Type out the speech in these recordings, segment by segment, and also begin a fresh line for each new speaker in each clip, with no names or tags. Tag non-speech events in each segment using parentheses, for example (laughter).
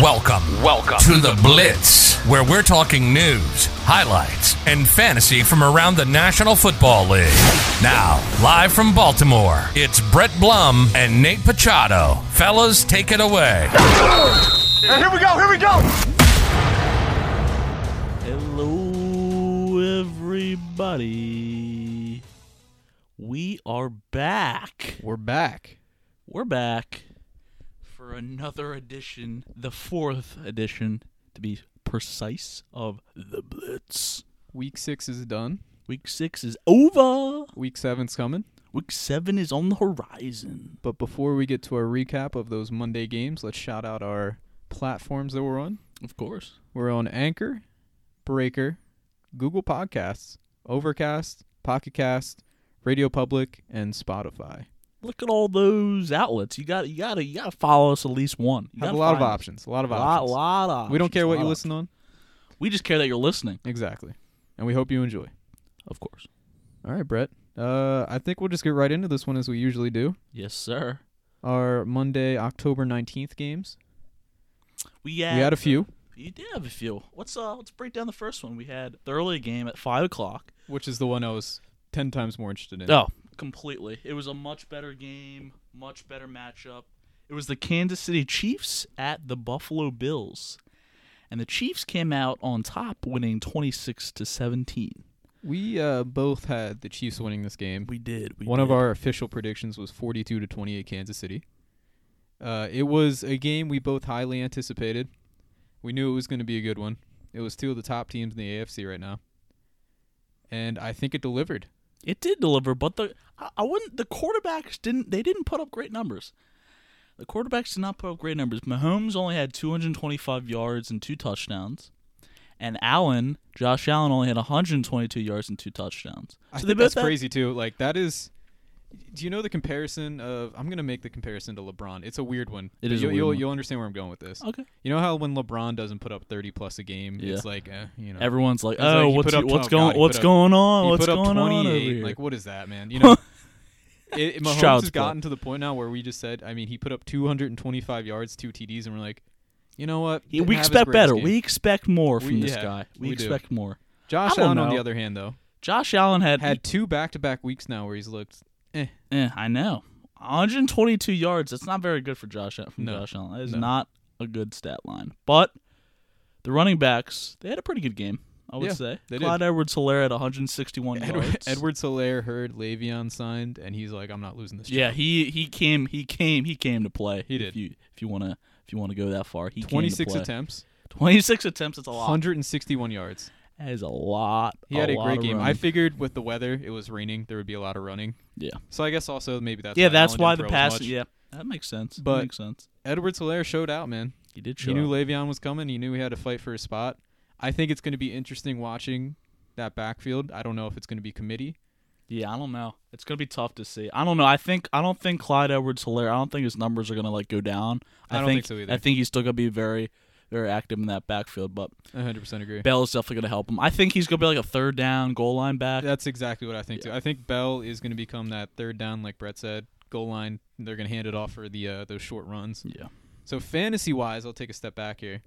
Welcome, welcome to the Blitz, where we're talking news, highlights, and fantasy from around the National Football League. Now, live from Baltimore, it's Brett Blum and Nate Pachado. Fellas, take it away.
Here we go, here we go.
Hello, everybody. We are back.
We're back.
We're back for another edition, the fourth edition, to be precise, of The Blitz.
Week six is done.
Week six is over.
Week seven's coming.
Week seven is on the horizon.
But before we get to our recap of those Monday games, let's shout out our platforms that we're on.
Of course.
We're on Anchor, Breaker, Google Podcasts, Overcast, Pocket Cast, Radio Public, and Spotify.
Look at all those outlets. You got you got to you got to follow us at least one. You
Have
gotta
a lot of
find us.
options. A lot of
A lot,
options.
lot of.
we don't
options,
care what
lot
you
of-
listen on.
We just care that you're listening,
Exactly. And we hope you enjoy.
of course.
All right, Brett. Uh, I think we'll just get right into this one as we usually do.
Yes, sir.
Our Monday, October 19th games.
We had,
We had a few,
You did have a few. Let's uh let's break down the first one. We had the early game at five o'clock.
which is the one I was 10 times more interested in.
Oh, completely. It was a much better game, much better matchup. It was the Kansas City Chiefs at the Buffalo Bills, and the Chiefs came out on top, winning twenty six to seventeen.
We uh, both had the Chiefs winning this game.
We did. We
One of
did.
our official predictions was 42 to 28 Kansas City. Uh, it was a game we both highly anticipated. We knew it was going to be a good one. It was two of the top teams in the AFC right now. And I think it delivered.
It did deliver, but the I, I wouldn't. The quarterbacks didn't. They didn't put up great numbers. The quarterbacks did not put up great numbers. Mahomes only had 225 yards and two touchdowns, and Allen, Josh Allen, only had 122 yards and two touchdowns.
I
So
think
they both
that's
had-
crazy too. Like that is do you know the comparison of I'm going to make the comparison to LeBron. It's a weird one.
It
but
is a
you'll,
weird
you'll,
one.
you'll understand where I'm going with this.
Okay.
You know how when LeBron doesn't put up 30 plus a game,
Yeah.
it's like, eh, you know.
Everyone's like,
It's like
"Oh,
he
what's
put up
what's
12.
going
God, he
what's
put up-
going on?
he
What's
put up
going on
28.
over here?"
Like, what is that,
(laughs)
man? You know, it, it, Mahomes
child's
has
play.
gotten to the point now where we just said, I mean, he put up 225 yards, two TDs, and we're like, you know what?
He-
Didn't
we
have his
expect
greatest
better.
game.
We expect more from
We-
this
yeah,
guy. We,
we do.
expect more. I
Josh
don't
Allen, on the
know.
other hand, though,
Josh Allen had,
had two back-to-back weeks now where he's looked. Eh.
Eh, I know. 122 yards. That's not very good for Josh from
No.
Josh Allen. That is
No.
not a good stat line. But the running backs, they had a pretty good game, I would
Yeah,
say.
they did.
Clyde Edwards Hilaire at 161
Edward,
yards.
Edward Solaire heard Le'Veon signed, and he's like, I'm not losing this.
Yeah,
job."
he he came he came he came to play.
He
If
did.
you if you wanna if you wanna go that far, he came to
26
play.
attempts,
26 attempts. That's a lot.
161 yards.
That is a lot.
He had a
lot
great
of
game. I
running.
figured with the weather, it was raining, there would be a lot of running.
yeah.
So I guess also maybe that's
Yeah,
why
that's
Allen didn't
why the
throw as
pass.
much.
Yeah, that makes sense. that
But-
makes sense.
Edward Solaire showed out, man.
He did show.
He knew
up.
Le'Veon was coming. He knew he had to fight for his spot. I think it's going to be interesting watching that backfield. I don't know if it's going to be committee.
Yeah, I don't know. It's gonna be tough to see. I don't know. I think I don't think Clyde Edwards Hilaire I don't think his numbers are gonna like go down.
I don't think so either.
I think he's still gonna be very very active in that backfield, but
I 100% agree.
Bell is definitely gonna help him. I think he's gonna be like a third down goal line back.
That's exactly what I think too. I think Bell is going to become that third down, like Brett said, goal line. They're going to hand it off for the uh, those short runs.
Yeah.
So fantasy wise, I'll take a step back here.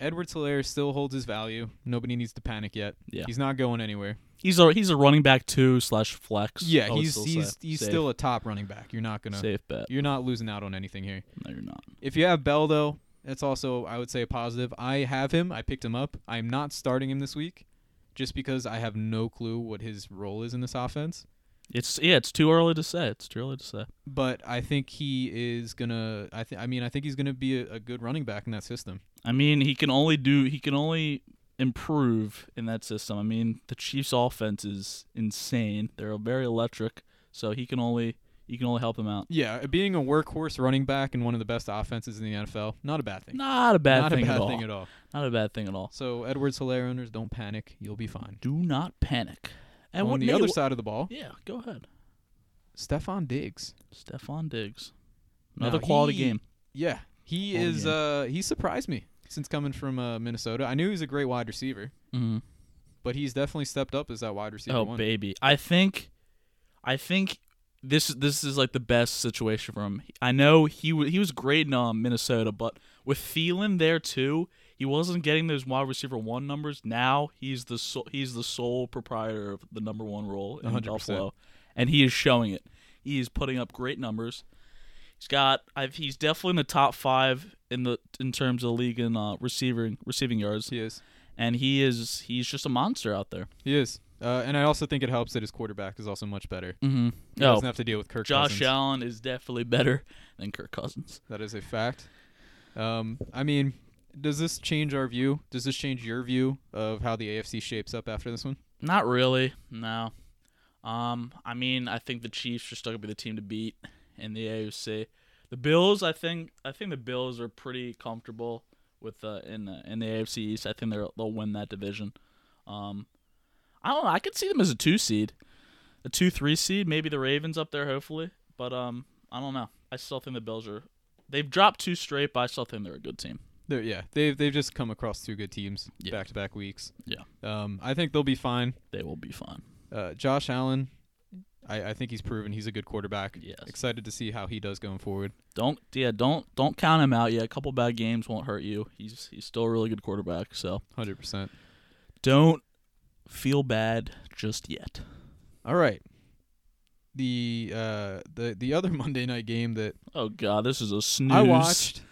Edward Solaire still holds his value. Nobody needs to panic yet.
Yeah.
He's not going anywhere.
He's a he's a running back two slash flex. I
Yeah,
would
he's
Oh, still
he's
say.
he's
Safe-
still a top running back. You're not gonna
safe bet.
you're not losing out on anything here.
No, you're not.
If you have Bell though, that's also I would say a positive. I have him. I picked him up. I'm not starting him this week, just because I have no clue what his role is in this offense.
It's yeah, it's too early to say. It's too early to say.
But I think he is gonna. I think. I mean, I think he's gonna be a, a good running back in that system.
I mean, he can only do he can only improve in that system. I mean, the Chiefs' offense is insane. They're very electric, so he can only you can only help him out.
Yeah, uh, being a workhorse running back in one of the best offenses in the NFL, not a bad thing.
Not a bad
not
thing
a bad
at
thing
all.
at all.
Not a bad thing at all.
So Edward Solaire owners, don't panic. You'll be fine.
Do not panic. And
on
what
the
Nate,
other
what-
side of the ball,
Yeah, go ahead.
Stefan Diggs.
Stephon Diggs.
Now,
Another quality
he-
game.
Yeah, he
Oh,
is.
yeah.
Uh, he surprised me since coming from uh, Minnesota. I knew he was a great wide receiver,
Mm-hmm.
but he's definitely stepped up as that wide receiver.
Oh
one.
baby, I think, I think this this is like the best situation for him. I know he wa he was great in um, Minnesota, but with Thielen there too, he wasn't getting those wide receiver one numbers. Now he's the so, he's the sole proprietor of the number one role in
100%.
Buffalo, and he is showing it. He is putting up great numbers. He's got I've, he's definitely in the top five in the in terms of the league in uh, receiving receiving yards,
He is.
and he is he's just a monster out there.
He is. Uh, and I also think it helps that his quarterback is also much better.
Mm-hmm.
He doesn't have to deal with Kirk
Josh
Cousins.
Allen is definitely better than Kirk Cousins.
That is a fact. Um, I mean, does this change our view? Does this change your view of how the AFC shapes up after this one?
Not really, no. Um, I mean, I think the Chiefs are still gonna be the team to beat in the AFC. The Bills, I think, I think the Bills are pretty comfortable with uh, in the in the AFC East. I think they'll they'll win that division. Um, I don't know. I could see them as a two seed, a two three seed, maybe the Ravens up there, hopefully. But um, I don't know. I still think the Bills are. They've dropped two straight, but I still think they're a good team.
They're, yeah, they've they've just come across two good teams back to back weeks.
Yeah.
Um, I think they'll be fine.
They will be fine.
Uh, Josh Allen, I, I think he's proven he's a good quarterback.
Yes.
Excited to see how he does going forward.
Don't yeah, don't don't count him out yet. A couple bad games won't hurt you. He's he's still a really good quarterback, so
Hundred percent.
don't feel bad just yet.
All right. The uh the the other (laughs) Monday night game that
Oh god, this is a snooze.
I watched.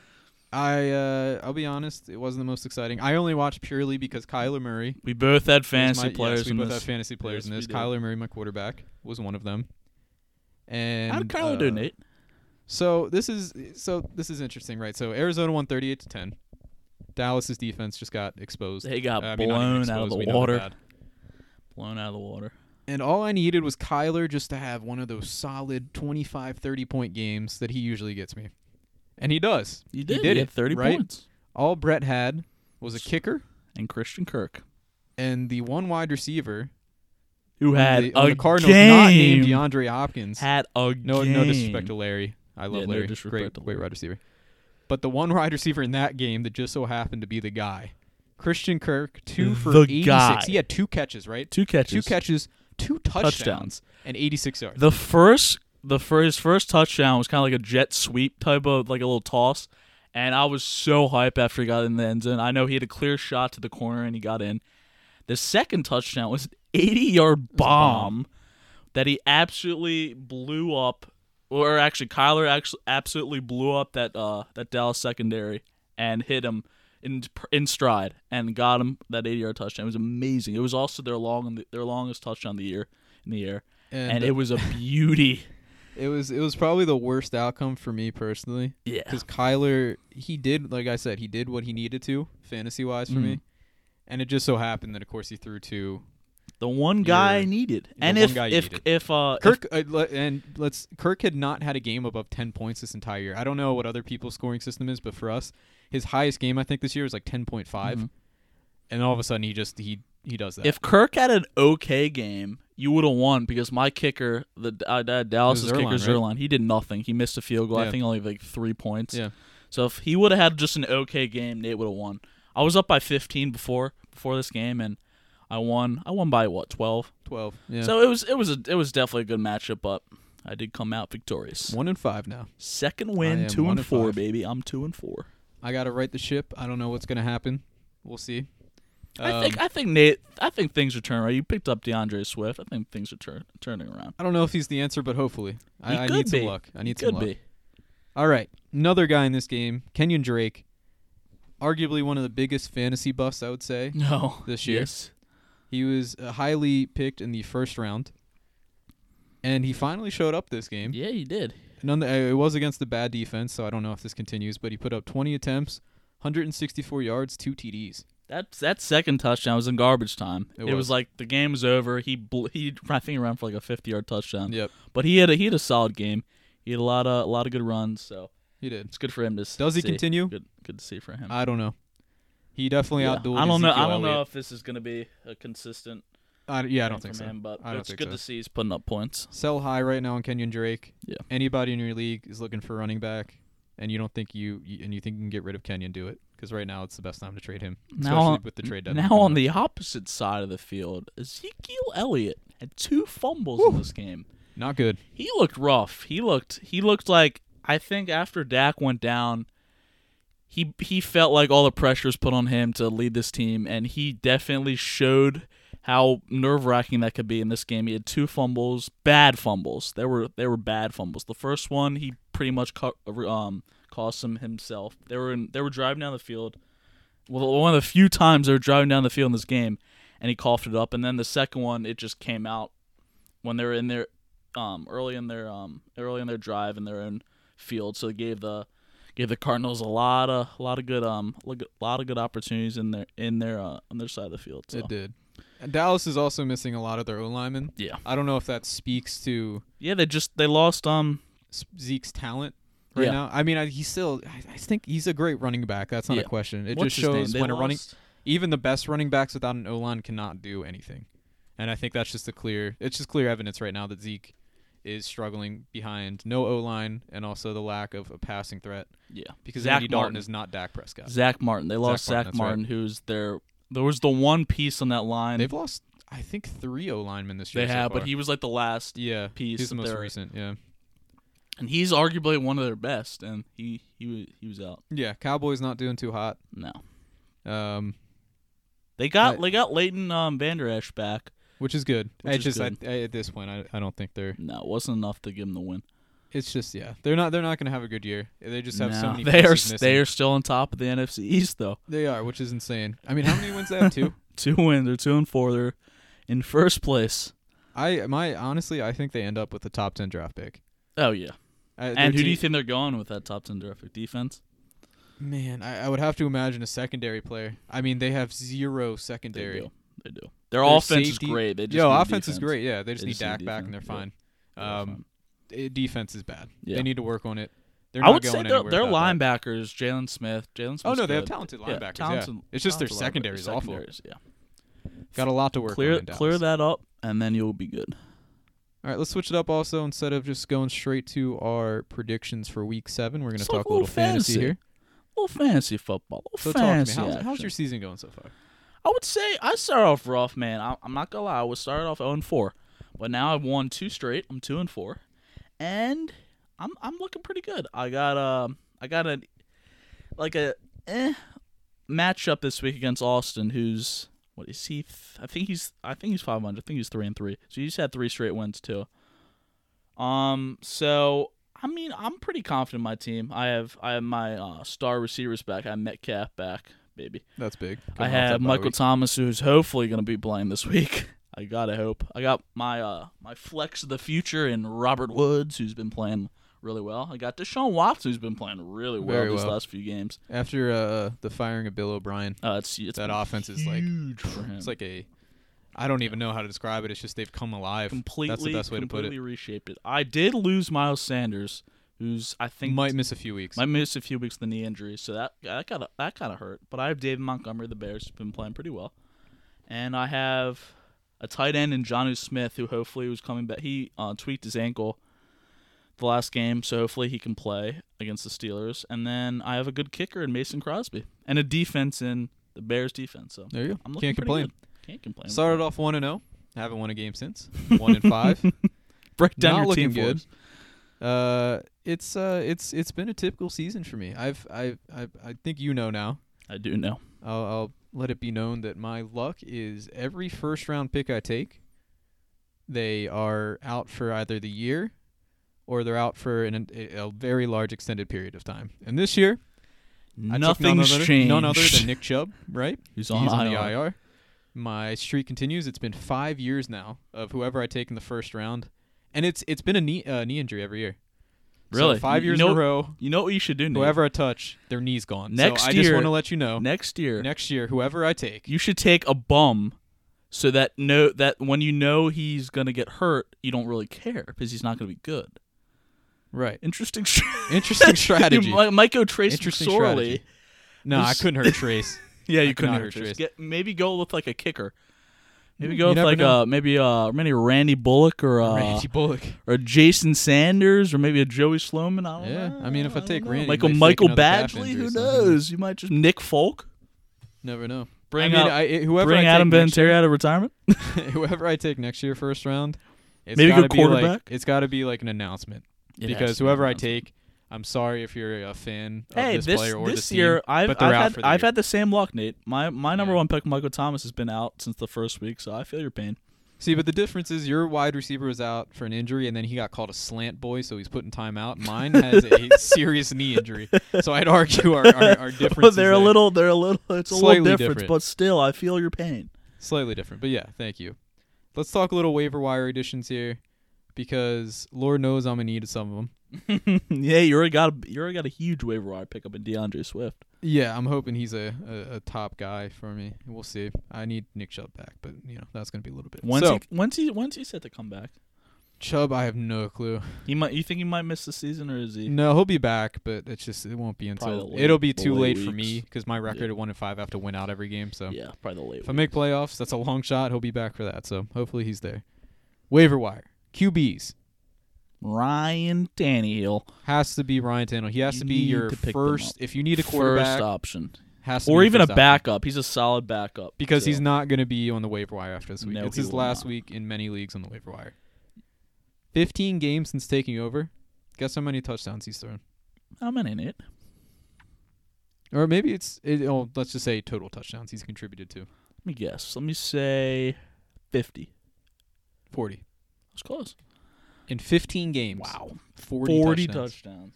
I uh, I'll be honest, it wasn't the most exciting. I only watched purely because Kyler Murray
We both had
is
fantasy
my-
players
Yes, we
in
both
this.
have fantasy
Yes,
players in this.
we do.
Kyler Murray, my quarterback, was one of them. And
How did Kyler
uh,
do, Nate?
So this is so this is interesting, right? So Arizona won thirty-eight to ten. Dallas's defense just got exposed.
They got
I mean, not even
blown out of
exposed,
the
we know they're
water.
bad.
Blown out of the water.
And all I needed was Kyler just to have one of those solid 25, 30 point games that he usually gets me. And he does.
You did,
He did
you
it,
had thirty
right?
points.
All Brett had was a kicker
And Christian Kirk.
and the one wide receiver
Who had
the,
a
on the Cardinals
game,
not named DeAndre Hopkins.
had a
no,
game.
no disrespect to Larry. I love
Yeah, no
Larry.
disrespect
great,
to
great
Larry.
wide receiver. But the one (laughs) wide receiver in that game that just so happened to be the guy, Christian Kirk, two for
The
86.
guy.
He had two catches, right?
Two catches.
Two catches, two touchdowns,
Touchdowns.
and 86 yards.
The first, the first, his first touchdown was kind of like a jet sweep type of like a little toss, and I was so hype after he got in the end zone. I know he had a clear shot to the corner and he got in. The second touchdown was an 80 yard bomb, that he absolutely blew up, or actually Kyler actually absolutely blew up that uh that Dallas secondary and hit him. In, in stride and got him that 80 yard touchdown. It was amazing. It was also their long their longest touchdown of the year in the air and,
uh,
it was a
(laughs)
beauty.
It was it was probably the worst outcome for me personally.
Yeah.
Because Kyler, he did like I said, he did what he needed to fantasy wise for
Mm.
me, and it just so happened that of course he threw to
The one guy
You're-
needed. And
one
if
guy you
if
needed.
if uh if-
Kirk. Uh, le- and let's Kirk had not had a game above ten points this entire year. I don't know what other people's scoring system is, but for us, his highest game I think this year was like ten point five, and all of a sudden he just he he does that.
Mm-hmm. if Kirk had an okay game, you would have won because my kicker, the uh, uh, Dallas's
It was Zerline,
kicker
right?
Zerline, he did nothing. He missed a field goal.
Yeah.
I think only like three points.
yeah,
So if he would have had just an okay game, Nate would have won. I was up by 15 before before this game, and I won. I won by what 12.
twelve. Yeah.
So it was it was a, it was definitely a good matchup, but I did come out victorious.
one and five now.
Second
I
win,
am
two
one
and
and
four,
five.
baby. I'm two and four.
I gotta right the ship. I don't know what's gonna happen. We'll see.
I
Um,
think I think Nate. I think things are turning around. You picked up DeAndre Swift. I think things are turn, turning around.
I don't know if he's the answer, but hopefully. I,
He
I
could
need some
be.
luck. I need
Could
some luck.
be. (laughs)
All right. Another guy in this game, Kenyon Drake, arguably one of the biggest fantasy buffs, I would say.
No.
This year?
Yes.
He was uh, highly picked in the first round. And he finally showed up this game.
Yeah, he did.
None, uh, it was against the bad defense, so I don't know if this continues, but he put up 20 attempts, 164 yards, two TDs.
That that second touchdown was in garbage time.
It
It, was.
was.
like the game was over. He bl- he I think he ran for like a fifty yard touchdown.
Yep,
But he had a he had a solid game. He had a lot of a lot of good runs. So
he did.
it's good for him to. s-
Does he
see.
continue?
Good good to see for him.
I don't know. He definitely
Yeah.
outdueled
I don't know. I
Ezekiel
don't know
Elliott.
if this is going to be a consistent.
I, yeah, I don't
thing
think
from
so.
Him, but
I don't
it's
think
good
so.
to see he's putting up points.
sell high right now on Kenyon Drake.
Yeah.
Anybody in your league is looking for running back, and you don't think you you- and you think you can get rid of Kenyon, do it because right now it's the best time to trade him, especially with the trade deadline.
Now
coming
on
up.
the opposite side of the field, Ezekiel Elliott had two fumbles in this game.
Not good.
He looked rough. He looked he looked like I think after Dak went down, he he felt like all the pressure was put on him to lead this team, and he definitely showed how nerve wracking that could be in this game. He had two fumbles, bad fumbles. There were there were bad fumbles. The first one he pretty much co- um cost him himself. They were in, they were driving down the field. Well, one of the few times they were driving down the field in this game, and he coughed it up. And then the second one, it just came out when they were in their um early in their um early in their drive in their own field. So it gave the gave the Cardinals a lot of a lot of good um a lot of good opportunities in their in their uh, on their side of the field. So.
It did. And Dallas is also missing a lot of their O linemen.
Yeah.
I don't know if that speaks to
Yeah, they just they lost um
S- Zeke's talent right
Yeah.
now. I mean, I, he's still. I, I think he's a great running back. That's not
Yeah.
a question. It
What's
just
his name?
shows
They
when a running,
lost-
even the best running backs without an O line cannot do anything. And I think that's just a clear. It's just clear evidence right now that Zeke is struggling behind no O line and also the lack of a passing threat
yeah
because
Zach
Andy Dalton
Martin.
is not Dak Prescott.
Zach Martin. They lost Zach
Martin,
Martin,
that's right.
who's their there was the one piece on that line
They've lost, I think, three O linemen this
they
year. so
have, but
far.
he was like the last
yeah,
piece
he's the
that
most
they're-
recent. Yeah,
and he's arguably one of their best and he he was he was out.
yeah. Cowboys not doing too hot.
No.
Um,
They got
Right.
they got Leighton um Vander Esch back.
which is good.
Which
it's
is
just I, I, at this point, I, I don't think they're.
No, it wasn't enough to give him the win.
It's just yeah, they're not. They're not going to have a good year. They just have so
No.
many.
they are
pieces missing.
they are still on top of the NFC East though.
They are, which is insane. I mean, how many wins they have?
(laughs)
Two.
Two wins, they're two and four. They're in first place.
I my honestly, I think they end up with a top ten draft pick.
Oh yeah.
I, Uh, their
And who do you
team-
think they're going with that top ten draft defense?
Man, I, I would have to imagine a secondary player. I mean, they have zero secondary.
They do. They do. Their,
Their
offense
safety-
is great. They just
Yo,
need
offense is
defense.
great. Yeah, they just
They
need
just need
Dak back and they're
defense,
fine.
They're
Um, eh, defense is bad.
Yeah.
They need to work on it. They're
I
not
would
going
say their,
anywhere
their
without that.
linebackers, Jalen Smith, Jalen Smith.
Oh no, they have talented linebackers. Yeah, it's just their secondary is awful.
Yeah,
Got a lot to work on.
clear
in
clear
Dallas.
that up, and then you'll be good.
All right, let's switch it up. Also, instead of just going straight to our predictions for Week Seven, we're going to
Let's
talk
talk
a little fantasy, here.
A little fantasy football. A
So
little
talk to
fantasy
me. How's, how's
action.
your season going so far?
I would say I started off rough, man. I, I'm not gonna lie. I was started off 0 4, but now I've won two straight. I'm two and four, and I'm I'm looking pretty good. I got um I got a like a eh matchup this week against Austin, who's what is he? Th- I think he's I think he's 500. I think he's three and three. So he's had three straight wins too. Um, so I mean, I'm pretty confident in my team. I have I have my uh, star receivers back. I have Metcalf back, baby.
That's big.
I
Coming off
have
that bye
Michael
week.
Thomas, who's hopefully going to be playing this week. (laughs) I gotta hope. I got my uh my flex of the future in Robert Woods, who's been playing really well. I got Deshaun Watson, who's been playing really well
Very
these
well.
last few games.
After uh, the firing of Bill O'Brien,
Uh, it's, it's
that
been
offense is like
huge for him.
it's like a. I don't even know how to describe it. It's just they've come alive.
completely
That's the best way to put
completely
it.
reshaped it. I did lose Miles Sanders, who's I think
Might miss a few weeks.
might miss a few weeks with the knee injury, so that that kind of that kind of hurt. But I have David Montgomery, of the Bears, who's been playing pretty well, and I have a tight end in Johnu Smith, who hopefully was coming back. He uh, tweaked his ankle the last game, so hopefully he can play against the Steelers. And then I have a good kicker in Mason Crosby and a defense in the Bears defense. So
There you go.
I'm looking
Can't
pretty
complain.
good. Can't complain.
Started off one and zero. Haven't won a
(laughs)
game since. One and five.
break down
not
your team
looking
for
good.
us.
Uh, it's uh, it's it's been a typical season for me. I've I I I think you know now.
I do know.
I'll, I'll let it be known that my luck is every first round pick I take, they are out for either the year, or they're out for an, a, a very large extended period of time. And this year, I took none
Nothing's
other,
changed.
None other than Nick Chubb, right?
Who's
(laughs) He's
on
on the
IR.
IR. My streak continues. It's been five years now of whoever I take in the first round, and it's it's been a knee uh, knee injury every year. So
Really?
five
You
years
know-
in a row.
You know what you should do, Nate?
Whoever I touch, their knee's gone.
Next
so I just
year-
want to let you know.
Next year,
Next year, whoever I take,
you should take a bum so that no that when you know he's going to get hurt you don't really care because he's not going to be good
right?
interesting (laughs) str-
Interesting strategy.
you might, might go trace
Interesting
McSorley.
strategy. No, I
This-
couldn't
(laughs)
hurt Trace. (laughs)
yeah
I
you
could
couldn't
not
hurt
hurt
trace.
Trace.
Get, maybe go with like a kicker maybe
Mm,
go
you
with
never
like
know.
uh maybe uh maybe randy bullock or uh
Randy Bullock.
or jason sanders or maybe a joey sloman i don't
Yeah,
know
I mean, if I
don't
take
know.
Randy, he
michael
might fake
michael
another calf
badgley
injury or
who
something, yeah.
knows you might just nick folk
Never know.
Bring
I mean,
up-
I, whoever
bring
I
adam
take next (laughs)
Vinatieri out of retirement
year- whoever I take next year first round, It's
Maybe
gotta
go
be like-
quarterback?
it's got to be like an announcement
It has
because
to be
whoever I
announced.
take, I'm sorry if you're a fan of
Hey,
this, player or this, team,
year I've,
but they're
I've
out
had
for the
I've
year.
had the same luck, Nate. My my number
Yeah.
one pick, Michael Thomas, has been out since the first week, so I feel your
(laughs)
pain.
See, but the difference is your wide receiver was out for an injury, and then he got called a slant boy, so he's put in timeout. Mine
(laughs)
has a serious knee injury, so I'd argue our our, our difference.
But they're
is
a
there.
little they're a little it's a little
Slightly
difference,
different.
but still I feel your pain.
slightly different, but yeah, thank you. Let's talk a little waiver wire additions here, because Lord knows I'm in need of some of them.
(laughs) yeah, you already got a, you already got a huge waiver wire pickup in DeAndre Swift.
Yeah, I'm hoping he's a, a, a top guy for me. We'll see. I need Nick Chubb back, but you know that's gonna be a little bit.
When's
so
he when's he when's he set to come back?
Chubb, I have no clue.
He might you think he might miss the season or is he
No, he'll be back, but it's just it won't be until
Probably the
it'll be
late-
too
the
late
late
for
weeks.
me because my record at one and five I have to win out every game. So
Yeah, probably the late
if I make playoffs, that's a long shot. He'll be back for that. So hopefully he's there. Waiver wire QBs
one. Ryan Tannehill.
has to be Ryan Tannehill. He has
You
to be
need
your
to pick them
first.
up.
If you need a
First
quarterback,
option.
has to
Or
be
even a
first option.
backup. He's a solid backup.
because he's
so-
not going to be on the waiver wire after this week.
No,
it's
he
his
will
last
not.
week in many leagues on the waiver wire. Fifteen games since taking over. Guess how many touchdowns he's thrown.
I'm in it.
Or maybe it's it, oh, let's just say total touchdowns he's contributed to
Let me guess. Let me say fifty.
forty.
That's close.
in 15 games. 40,
40
touchdowns.
touchdowns.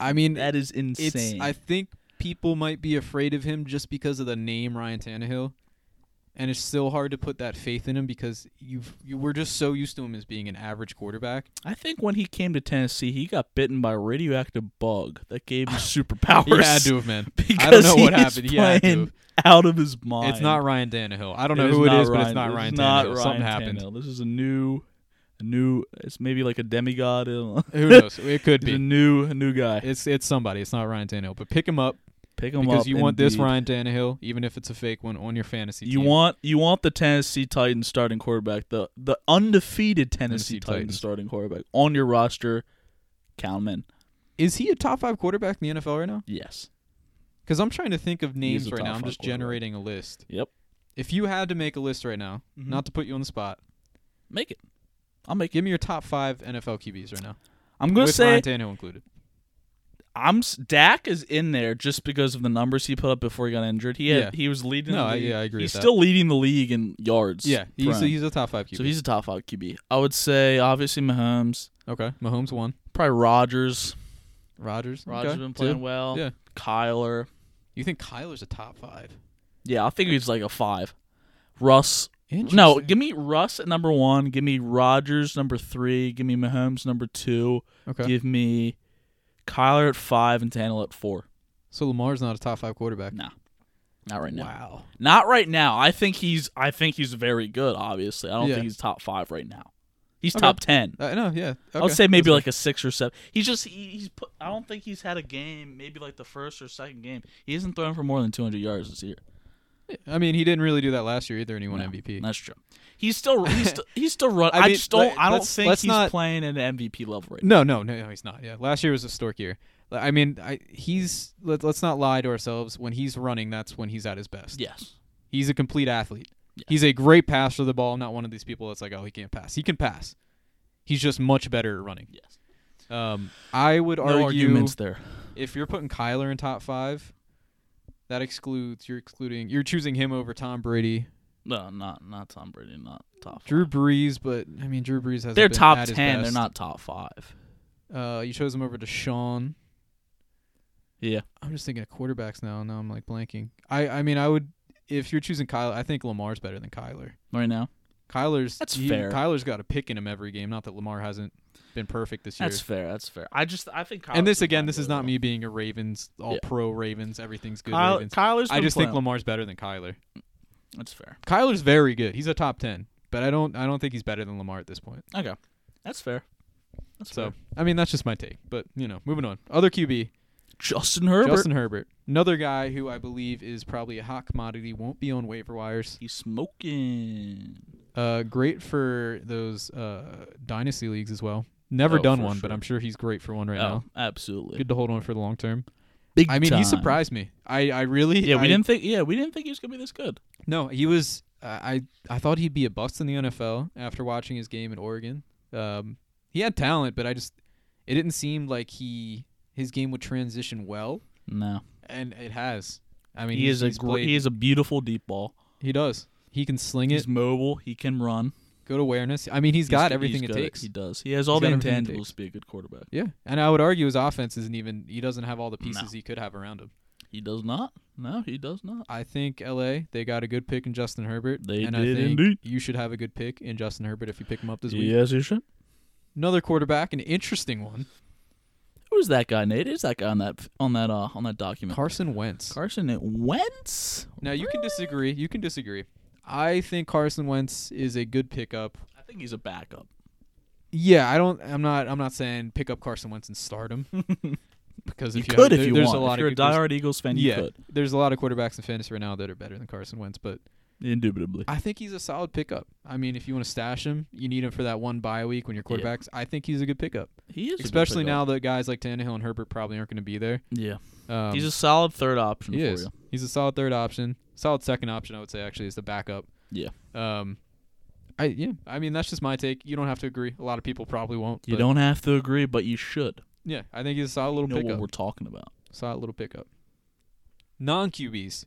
I mean,
that is insane.
It's I think people might be afraid of him just because of the name Ryan Tannehill, and it's still hard to put that faith in him because you've you we're just so used to him as being an average quarterback.
I think when he came to Tennessee, he got bitten by a radioactive bug that gave
(laughs)
him superpowers.
He had to have man.
(laughs) Because
I don't know
he
what
is
happened. He had to
playing
have.
out of his mind.
It's not Ryan Tannehill. I don't know
is
who it
not
is, but it's not
this
Ryan
is
Tannehill.
not Ryan
Something happened.
Tannehill. This is a new, a new. It's maybe like a demigod. I don't know.
Who knows? It
(laughs)
could
He's a
be.
new, a new guy.
It's it's somebody. It's not Ryan Tannehill. But pick him up
Pick him up
because you want this
indeed.
Ryan Tannehill, even if it's a fake one, on your fantasy.
You
team.
want you want the Tennessee Titans starting quarterback, the the undefeated Tennessee,
Tennessee
Titans,
Titans.
starting quarterback on your roster, Calman.
Is he a top five quarterback in the NFL right now?
Yes.
Because I'm trying to think of names
a
right
top
now. I'm
five
just
quarterback. Mm-hmm.
generating a list.
Yep.
If you had to make a list right now, not to put you on the spot,
Make it. I'll make it.
give me your top five NFL QBs right now,
I'm gonna
with
say
Ryan Tannehill included.
I'm s- Dak is in there just because of the numbers he put up before he got injured. He had,
Yeah.
he was leading.
No,
the
I-
league.
yeah, I agree
He's
with that.
still leading the league in yards.
Yeah, he's
per
a,
end.
he's a top five QB.
so he's a top five QB. I would say obviously Mahomes,
okay. Mahomes one,
probably Rogers.
Rogers.
Rogers
okay.
been playing
two.
well.
Yeah.
Kyler.
You think Kyler's a top five?
Yeah, I think he's like a five. Russ No,
Interesting.
give me Russ at number one. Give me Rogers number three. Give me Mahomes number two.
Okay.
Give me Kyler at five and Tannehill at four.
so Lamar's not a top five quarterback.
Nah, not right now.
Wow.
Not right now. I think he's. I think he's very good. Obviously, I don't
Yeah.
think he's top five right now. He's
Okay.
top ten.
Uh, no, yeah.
I
okay.
would say maybe
That's
like a six or seven. He's just he, he's. Put, I don't think he's had a game. Maybe like the first or second game. He hasn't thrown for more than 200 yards this year.
fine. I mean, he didn't really do that last year either, and he won MVP.
That's true. He's still he's still, he's still run.
I
I,
mean,
just don't.
let-
I don't
let's-
think
let's
he's
not-
playing at an MVP level right now.
No, no, no, no, he's not. Yeah, last year was a stork year. Like, I mean, I, he's let, let's not lie to ourselves. When he's running, that's when he's at his best.
Yes.
he's a complete athlete. He's a great passer of the ball. I'm not one of these people that's like, oh, he can't pass. He can pass. He's just much better at running.
Yes.
Um, I would
No
argue
arguments there.
if you're putting Kyler in top five, that excludes you're excluding you're choosing him over Tom Brady,
No, not not Tom Brady, not top.
Drew
five.
Brees. But I mean, Drew Brees has
They're
been
top
at his
ten. They're
best.
not top five.
Uh, you chose him over Deshaun.
Yeah.
I'm just thinking of quarterbacks now. and Now I'm like blanking. I I mean I would if you're choosing Kyler, I think Lamar's better than Kyler.
Right now.
Kyler's
That's fair.
Kyler's got a pick in him every game. Not that Lamar hasn't been perfect this year.
That's fair. That's fair. I just I think. Kyler's
and this
been
again,
playing
this is
really
not
well.
me being a Ravens all
Yeah.
pro Ravens. Everything's good.
Kyle,
Ravens.
Kyler's.
I
been
just
playing-
think Lamar's better than Kyler.
That's fair.
Kyler's very good. He's a top ten, but I don't I don't think he's better than Lamar at this point.
Okay. That's fair. That's
So
fair.
I mean that's just my take. But you know, moving on. Other QB.
Justin Herbert.
Justin Herbert, another guy who I believe is probably a hot commodity, won't be on waiver wires.
He's smoking.
Uh, great for those uh, dynasty leagues as well. Never
Oh,
done
for
one, but
sure.
I'm sure he's great for one right
Oh,
now.
absolutely.
Good to hold on for the long term.
Big.
I mean, he
time.
surprised me. I, I really
Yeah, we
I-
didn't think. Yeah, we didn't think he was gonna be this good.
No, he was. uh, I I I thought he'd be a bust in the NFL after watching his game at Oregon. Um, he had talent, but I just it didn't seem like he his game would transition well,
No,
and it has. I mean,
he
he's-
is a
he's
great.
played-
He is a beautiful deep ball.
he does. He can sling
He's
it,
mobile. He can run.
good awareness. I mean, he's
He's-
got everything
he's
it
good.
takes.
He does. He has all
got
the
everything it
intangibles
takes.
to be a good quarterback.
Yeah, and I would argue his offense isn't even. He doesn't have all the pieces he could have around him.
He does not. No, he does not.
I think LA they got a good pick in Justin Herbert.
They
and
did
I think
indeed.
You should have a good pick in Justin Herbert if you pick him up this week.
Yes, he should.
Another quarterback, an interesting one.
Who's that guy, Nate? Is that guy on that on that uh, on that document?
Carson Wentz.
Carson it Wentz.
now you can disagree. You can disagree. I think Carson Wentz is a good pickup.
I think he's a backup.
Yeah, I don't. I'm not. I'm not saying pick up Carson Wentz and
(laughs)
start him because
You
if
could
have,
if you
there's
want.
a lot
if you're
of
a
good-
diehard Eagles fan,
yeah,
you could.
there's a lot of quarterbacks in fantasy right now that are better than Carson Wentz, but
Indubitably.
I think he's a solid pickup. I mean, if you want to stash him, you need him for that one bye week when your quarterbacks. I think he's a good pickup,
He is. a good
especially now
pickup.
that guys like Tannehill and Herbert probably aren't going to be there.
Yeah.
Um,
he's a solid third option
he
for
is.
you.
He's a solid third option, solid second option. I would say actually is the backup.
Yeah.
Um, I yeah. I mean, that's just my take. You don't have to agree. A lot of people probably won't.
You
but
don't have to agree, but you should.
Yeah, I think he's a solid
You
little
know what
pickup.
we're talking about.
Solid little pickup. Non QBs,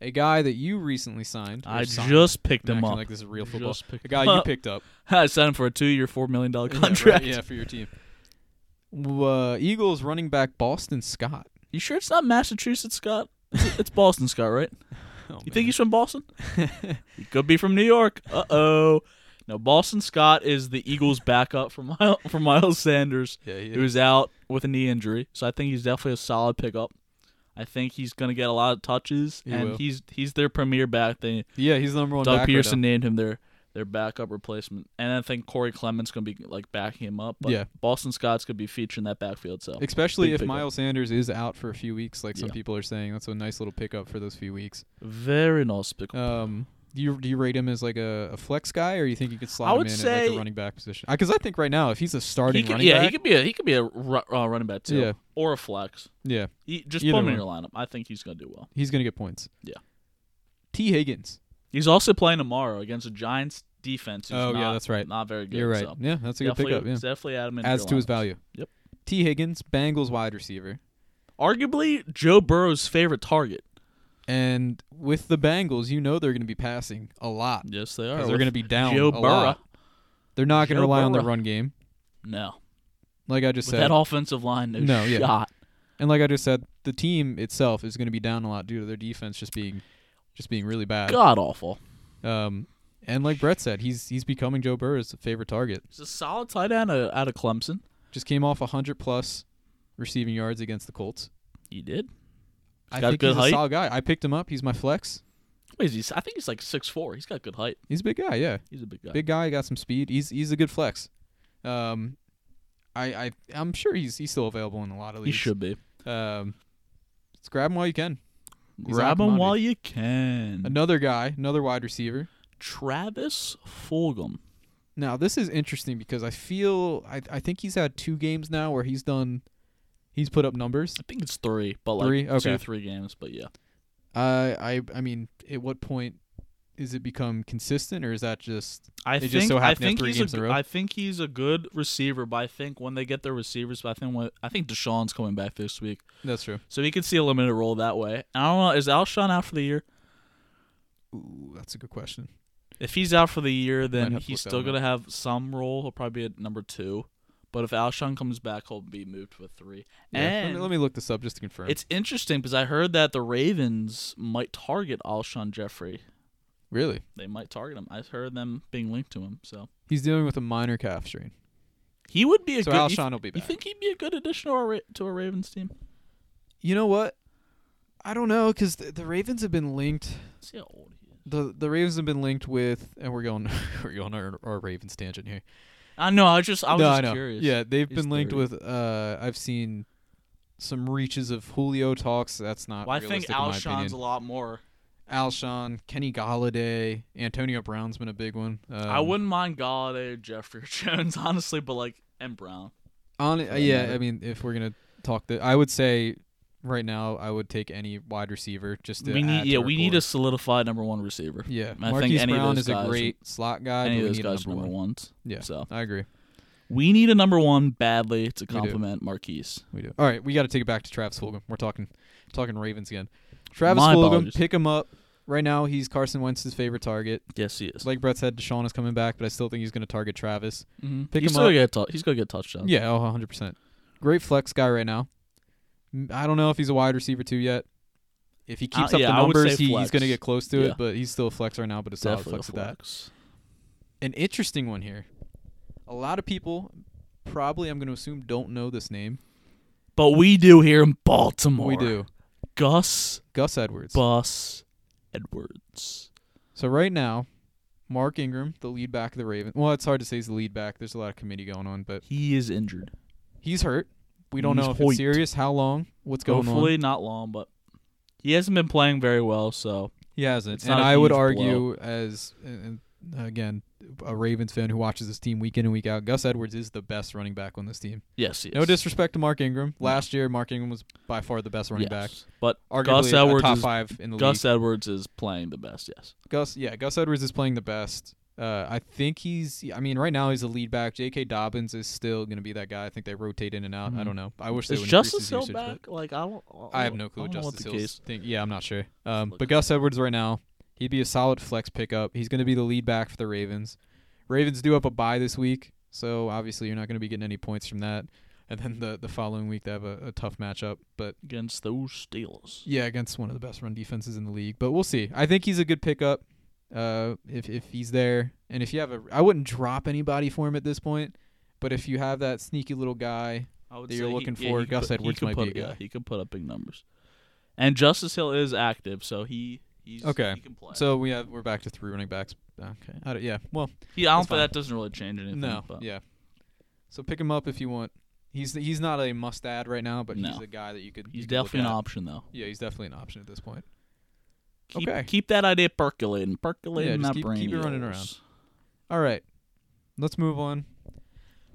a guy that you recently signed. or
I
signed.
just picked
I'm
him
acting
up.
like this is real football.
Just picked
a guy
him
you
up.
picked (laughs) up.
I signed him for a two-year, four million dollar
Yeah, right,
contract.
Yeah, for your team. Uh, Eagles running back Boston Scott.
You sure it's not Massachusetts, Scott? It's it's Boston, Scott,
(laughs)
right?
Oh,
You think he's from Boston? he could be from New York. Uh oh. Now Boston Scott is the Eagles' backup for Miles, (laughs) for Miles Sanders,
Yeah, he
who
is.
is out with a knee injury. So I think he's definitely a solid pickup. I think he's going to get a lot of touches,
He
and
will.
he's he's their premier back. They
Yeah, he's the number one. back
Doug
right
Pearson
now.
named him their their backup replacement, and I think Corey Clement's going to be like backing him up. But
Yeah.
Boston Scott's going to be featured in that backfield. So
Especially
Big
if
pickup.
Miles Sanders is out for a few weeks, like some
Yeah.
people are saying, that's a nice little pickup for those few weeks.
very nice pickup.
Um, do you do you rate him as like a, a flex guy, or you think he could slot
I
him
would
in at like
say-
a running back position? Because I think right now, if he's a starting
he could,
running
yeah,
back,
he could be a he could be a ru- uh, running back too,
Yeah.
or a flex.
yeah,
He, just
Either
put him in
one.
your lineup. I think he's going to do well.
he's gonna get points.
Yeah.
T Higgins.
He's also playing tomorrow against a Giants defense. Who's
Oh, yeah,
not-
that's right.
Not very good.
You're right.
So
Yeah, that's a good
definitely,
pickup. Yeah.
definitely add him in
Adds
your
to his
lineups.
value.
Yep.
T Higgins, Bengals wide receiver.
Arguably Joe Burrow's favorite target.
And with the Bengals, you know they're going to be passing a lot.
Yes, they are.
'Cause They're
oh, with
going to be down
Joe
a
Burrow.
lot. They're not going
Joe
to rely on the
Burrow.
run game,
No,
like I just
with
said.
that offensive line, no,
No, yeah.
shot.
and like I just said, the team itself is going to be down a lot due to their defense just being just being really bad.
God awful.
Um, and like Brett said, he's he's becoming Joe Burrow's favorite target.
He's a solid tight end uh, out of Clemson.
Just came off 100 plus receiving yards against the Colts.
He did.
I
got
think
good
he's
height.
a solid guy. I picked him up. He's my flex.
Wait, is he, I think he's like six four. He's got good height.
He's a big guy, yeah.
He's a big guy.
big guy, got some speed. He's he's a good flex. Um, I I I'm sure he's he's still available in a lot of
he
leagues.
should be.
Um, let's grab him while you can. He's
Grab
not a
him while
commodity.
you can.
Another guy, another wide receiver.
Travis Fulgham.
Now this is interesting because I feel I I think he's had two games now where he's done, he's put up numbers.
I think it's three, but like
Three? Okay.
two, three games. But yeah,
Uh, I I mean, at what point is it become consistent or is that just
I
It
think
just so
I
happened to have
think
three
he's
games
a,
in a
g-
row?
I think he's a good receiver, but I think when they get their receivers, but I think when, I think Deshaun's coming back this week,
that's true?
so he could see a limited role that way. And I don't know. Is Alshon out for the year?
Ooh, that's a good question.
If he's out for the year, then
have to
he's
look that
still
one
gonna have some role. He'll probably be at number two. But if Alshon comes back, he'll be moved to a three.
Yeah, let, me,
And
let me look this up just to confirm.
it's interesting because I heard that the Ravens might target Alshon Jeffrey.
really
They might target him. I heard them being linked to him. So
he's dealing with a minor calf strain.
He would be a
So
good.
Alshon
you,
will be
You
back.
think he'd be a good addition to a, Ra- to a Ravens team?
You know what? I don't know because the, the Ravens have been linked.
See how old he is.
the The Ravens have been linked with, and we're going (laughs) we're going our, our Ravens tangent here.
I know. I was just. I was
no,
just
I know.
curious.
Yeah, they've
He's
been linked
30.
with. Uh, I've seen some reaches of Julio talks. That's not.
Well, I think
realistic in my
Alshon's a
opinion.
lot more.
Alshon, Kenny Galladay, Antonio Brown's been a big one. Um,
I wouldn't mind Galladay or Jeffrey (laughs) Jones, honestly, but like and Brown.
On,
that
yeah,
matter.
I mean, if we're gonna talk, the, I would say right now, I would take any wide receiver just to.
we
add
need
to
yeah
our
we need a
board.
solidified number one receiver.
Yeah,
I
Marquise
think any of
Brown
those
is
guys
a
are-
great slot guy.
any
but
of
we
those
need a
guys are
number
number
one.
ones.
Yeah,
So
I agree.
we need a number one badly to
do.
compliment Marquise.
We do. All right, we got to take it back to Travis Fulgham. We're talking, talking Ravens again. Travis
My
Fulgham,
apologies.
pick him up. Right now, he's Carson Wentz's favorite target.
Yes, he is.
Like Brett said, Deshaun is coming back, but I still think he's going to target Travis.
Mhm.
pick
he's
him
still
up.
Gonna get tou- he's gonna get touchdowns.
Yeah, oh, 100%. Great flex guy right now. M- I don't know if he's a wide receiver too yet. If he
Uh,
keeps up
yeah,
the
I would
numbers,
say
he, he's
flex.
going to get close to
Yeah.
it, but he's still a flex right now, but a solid
definitely
flex
a
at that.
flex.
An interesting one here. A lot of people probably, I'm going to assume, don't know this name.
But we do here in Baltimore.
We do.
Gus
Gus Edwards.
Bus Edwards.
So right now, Mark Ingram, the lead back of the Ravens. Well, it's hard to say he's the lead back. There's a lot of committee going on, but
He is injured.
he's hurt. We don't
He's
know if
hoit.
it's serious, how long, what's going
Hopefully
on.
not long, but he hasn't been playing very well. So
He hasn't.
it's
and
not a
I would
huge
argue as and and again, a Ravens fan who watches this team week in and week out, Gus Edwards is the best running back on this team.
yes, he is.
No disrespect to Mark Ingram. Last year Mark Ingram was by far the best running
Yes.
back.
But
Arguably
Gus
a
Edwards
top
is
5 in the league.
Gus Edwards is playing the best. Yes.
Gus, yeah, Gus Edwards is playing the best. Uh, I think he's. I mean, right now he's the lead back. J.K. Dobbins is still going to be that guy. I think they rotate in and out. I
Mhm.
don't know. I wish they
Is
would
Justice
increase his
Hill
usage,
back? Like I don't. I,
but I have no clue.
I don't know what
Justice
the
Hill's
case.
thing. Yeah, I'm not sure. Um,
look
but
it
Gus Edwards right now, he'd be a solid flex pickup. He's going to be the lead back for the Ravens. Ravens do have a bye this week, so obviously you're not going to be getting any points from that. And then the the following week they have a, a tough matchup, but
against those Steelers.
yeah, against one of the best run defenses in the league. But we'll see. I think he's a good pickup. Uh, if if he's there, and if you have a, I wouldn't drop anybody for him at this point. But if you have that sneaky little guy,
I would
That you're looking for,
could
Gus
put-
Edwards
could
might
put,
be a
Yeah,
guy.
he could put up big numbers. And Justice Hill is active, so he he's
Okay.
He can play.
so we have we're back to three running backs. Okay, I don't- yeah. Well,
he, I don't think
that's fine.
that doesn't really change anything.
no,
but
yeah. So pick him up if you want. He's he's not a must add right now, but he's
No.
a guy that you could.
he's
you could look
definitely an
at.
option though.
Yeah, he's definitely an option at this point.
Keep,
Okay.
keep that idea percolating, percolating
just
that
keep-
brain.
keep it running
yours.
All right, let's move on.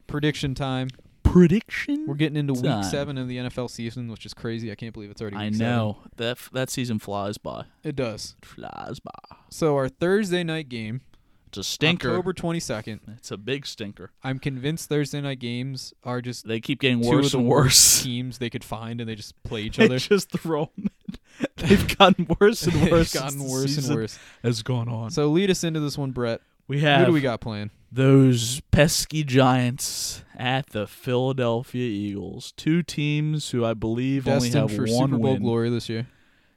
Prediction time.
Prediction.
We're getting into week
Time.
seven of the NFL season, which is crazy. I can't believe it's already. Week
I
seven.
know that f- that season flies by.
it does.
It flies by.
So our Thursday night game,
It's a stinker.
October twenty second.
It's a big stinker.
I'm convinced Thursday night games are just
They keep getting
two of
worse
the
and
worst
worse.
(laughs) teams they could find, and they just play
(laughs)
each
They
other. (laughs)
just throw 'em in. (laughs) They've gotten worse and
It's
worse.
gotten worse and worse.
Has gone on.
So lead us into this one, Brett.
we have
Who do we got playing?
those pesky Giants at the Philadelphia Eagles. Two teams who I believe
Destined
only have
for
one
Super Bowl
win.
glory this year.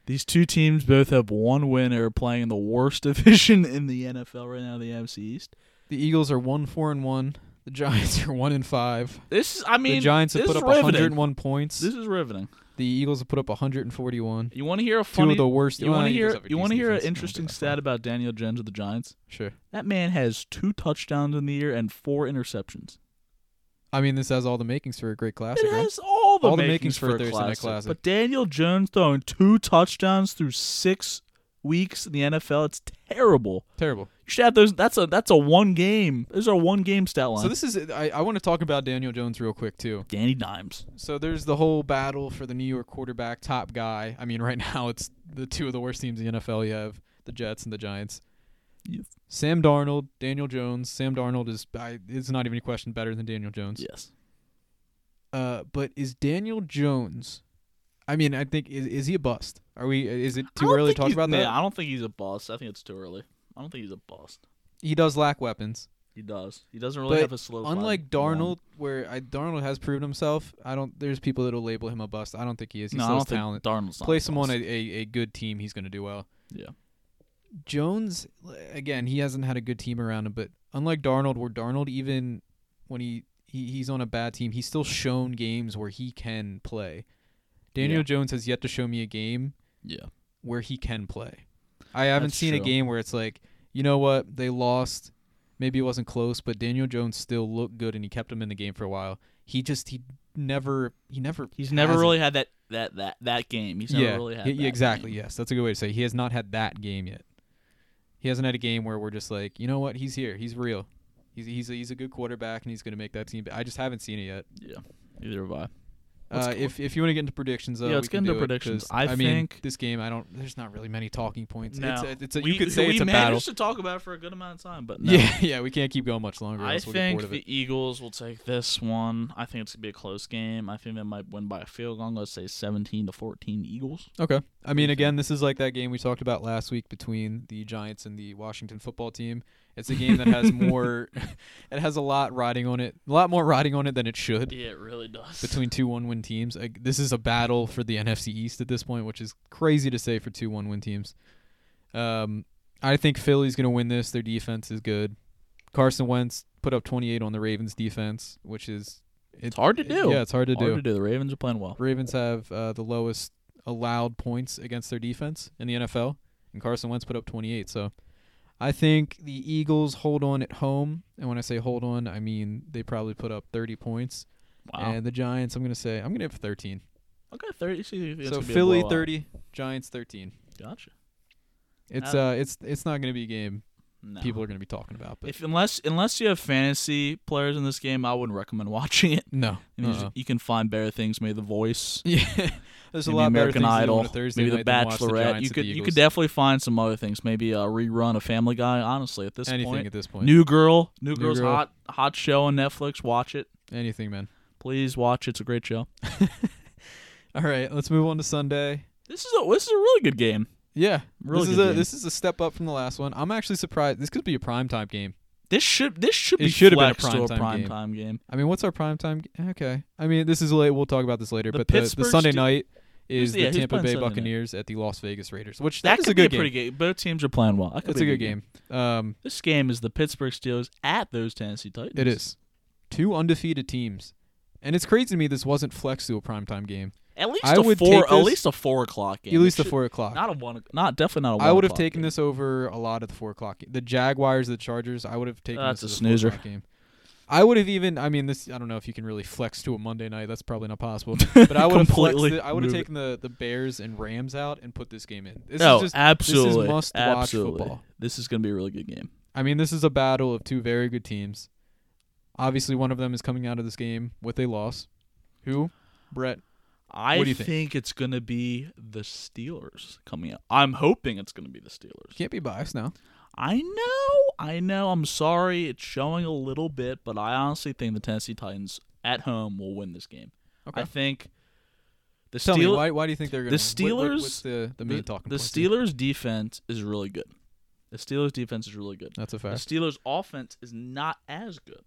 These two teams both have one win. and Are playing in the worst (laughs) division in the NFL right now, the NFC East.
The Eagles are one four and one. The Giants (laughs) are one and five.
This, is- I mean,
the Giants have
this
put
is
up
riveting.
101 points.
This is riveting.
the Eagles have put up 141.
You want to hear a
Two
funny?
of the worst.
you want
well,
to
Eagles
hear?
have a
You want to
decent
hear an
defense. It won't be
interesting
that
stat
far.
about Daniel Jones of the Giants?
Sure.
That man has two touchdowns in the year and four interceptions.
I mean, this has all the makings for a great classic.
it
right?
has all the
All the
makings,
makings for
for
a Thursday night
classic.
classic.
But Daniel Jones throwing two touchdowns through six weeks in the NFL, it's terrible.
Terrible.
You should have those. That's a that's a one game. Those are one game stat line.
So this is. I, I want to talk about Daniel Jones real quick too.
Danny Dimes.
So there's the whole battle for the New York quarterback top guy. I mean, right (laughs) now it's the two of the worst teams in the NFL. You have the Jets and the Giants.
Yes.
Sam Darnold, Daniel Jones. Sam Darnold is. I, it's not even a question. Better than Daniel Jones.
Yes.
Uh, but is Daniel Jones? I mean, I think is is he a bust? Are we? Is it too early to talk about that?
I don't think he's a bust. I think it's too early. I don't think he's a bust.
He does lack weapons,
He does. He doesn't really
but
have a slow.
unlike Darnold, where I, Darnold has proven himself, I don't. There's people that'll label him a bust. I don't think he is. He
no, I
still
don't
has
think
talent.
Darnold's not a
Place him on a,
bust.
a, a good team, he's going to do well.
Yeah.
Jones, again, he hasn't had a good team around him, but unlike Darnold, where Darnold even when he, he he's on a bad team, he's still shown games where he can play. Daniel
Yeah.
Jones has yet to show me a game
Yeah.
where he can play. I haven't
That's
seen a
true.
game where it's like, you know what, they lost. Maybe it wasn't close, but Daniel Jones still looked good and he kept him in the game for a while. He just he never he never
He's never
has it.
really had that that that that game. He's never
yeah
really had
y-
that
yeah, exactly
game.
yes that's a good way to say it. he has not had that game yet. He hasn't had a game where we're just like you know what he's here he's real, he's he's a, he's a good quarterback and he's going to make that team. But I just haven't seen it yet.
Yeah. Either have I.
Uh, if if you want to get into predictions, though,
Yeah, let's
we can
get into
do it,
predictions.
'cause,
I
mean,
think-
this game, I don't. There's not really many talking points.
No.
It's a, it's a,
we,
you could say
we
it's a
managed
battle.
to talk about it for a good amount of time, but
(laughs)
no.
Yeah, yeah, we can't keep going much longer.
I
else we'll
think
get bored
the
of it.
Eagles will take this one. I think it's gonna be a close game. I think they might win by a field goal. Let's say seventeen to fourteen Eagles.
Okay. I mean, again, this is like that game we talked about last week between the Giants and the Washington football team. It's a game that
(laughs)
has more, (laughs) it has a lot riding on it, a lot more riding on it than it should
Yeah, it really does.
between two one win teams. Like, this is a battle for the NFC East at this point, which is crazy to say for two one win teams. Um, I think Philly's going to win this. Their defense is good. Carson Wentz put up 28 on the Ravens defense, which is
it's hard to do.
yeah, it's hard to
hard
do.
to do. The Ravens are playing well.
Ravens have uh, the lowest allowed points against their defense in the NFL, and Carson Wentz put up 28. So I think the Eagles hold on at home, and when I say hold on, I mean they probably put up 30 points.
Wow.
And the Giants, I'm going to say, I'm going to have 13.
okay, thirty. So, you think it's
so
gonna be a
Philly
blowout.
30, Giants 13.
Gotcha.
It's
Uh,
uh, it's it's not going to be a game
No.
people are going to be talking about, but
If unless unless you have fantasy players in this game, I wouldn't recommend (laughs) watching it.
no,
And you, just-
uh-uh.
you can find better things, maybe The Voice,
(laughs) yeah, there's a
maybe
lot
American
better things to do
Idol,
on a Thursday
maybe The
night than watch the
Bachelorette.
Giants
you
at
could
the
you
Eagles.
could definitely find some other things. Maybe a rerun of Family Guy. Honestly, at this
anything
point,
at this point,
New Girl, New,
New
Girl's
Girl.
hot hot show on Netflix. Watch it,
anything, man.
please watch it. It's a great show.
All right, let's move on to Sunday.
This is a this is a really good game.
Yeah,
Really
this is
good
a
game.
this is a step up from the last one. I'm actually surprised. This could be a primetime game.
This should this should
It
be
should have been a
flexed to a
primetime
prime
game.
time game.
I mean, what's our primetime? g- Okay, I mean this is late. We'll talk about this later.
The
but the, the
Pittsburgh
Sunday
Ste-
night is
Who's- yeah,
the
who's
Tampa
playing
Bay
Sunday night?
Buccaneers at the Las Vegas Raiders, which
That
that is
could
a
be
good
a
game.
pretty good. Both teams are playing well. That could
That's
be
a good game. Um,
This game is the Pittsburgh Steelers at those Tennessee Titans.
it is two undefeated teams, and it's crazy to me this wasn't flexed to a primetime game.
At least
I
a
would
four.
take
At
this-
least a four o'clock game.
At
It
least the
should-
four o'clock.
Not a one. Not definitely not a one.
I would have
o'clock
taken
game.
this over a lot of the four o'clock. The Jaguars, the Chargers. I would have taken
That's
this
a
as
snoozer.
A four o'clock game. I would have even. I mean, this. I don't know if you can really flex to a Monday night. That's probably
(laughs)
not possible. But I would have flexed.
Completely
It. I would have
move it.
taken the the Bears and Rams out and put this game in. This
no,
is just,
absolutely.
This is must
absolutely.
watch football.
This is going to be a really good game.
I mean, this is a battle of two very good teams. Obviously, one of them is coming out of this game with a loss. Who? Brett.
I
What do you think?
think? it's going to be the Steelers coming out. I'm hoping it's going to be the Steelers.
Can't be biased now.
I know. I know. I'm sorry. It's showing a little bit, but I honestly think the Tennessee Titans at home will win this game.
Okay.
I think the
Tell me
Steel-
why? Why do you think they're going
the
to? what's
Steelers-
the the main talking
the
points here?
Steelers defense is really good. The Steelers defense is really good.
That's a
The
fact.
Steelers offense is not as good.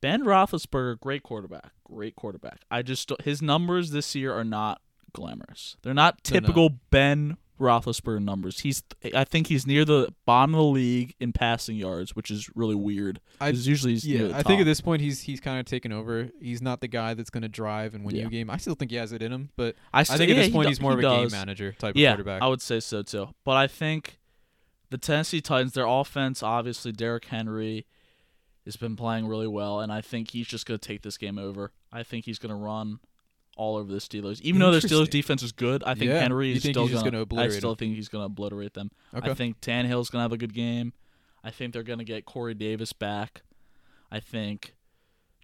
Ben Roethlisberger, great quarterback, great quarterback. I just his numbers this year are not glamorous. They're not
They're not.
typical Ben Roethlisberger numbers. He's I think he's near the bottom of the league in passing yards, which is really weird.
I-
'cause usually he's near
Yeah,
the
I think
top.
at this point he's he's kind of taken over. He's not the guy that's going to drive and win
Yeah.
you a game. I still think he has it in him, but
I,
I
still-
think at
yeah,
this
he
point
do-
he's more
he
of a
does.
game manager type
yeah,
of quarterback.
I would say so too. But I think the Tennessee Titans, their offense, obviously Derrick Henry has been playing really well, and I think he's just going to take this game over. I think he's going to run all over the Steelers, even though the Steelers
Interesting.
defense is good. I think
Yeah.
Henry
You
is
think
still
he's just
going
gonna
to. I
obliterate
still
him?
think he's going to obliterate them.
Okay.
I think Tannehill's going to have a good game. I think they're going to get Corey Davis back. I think.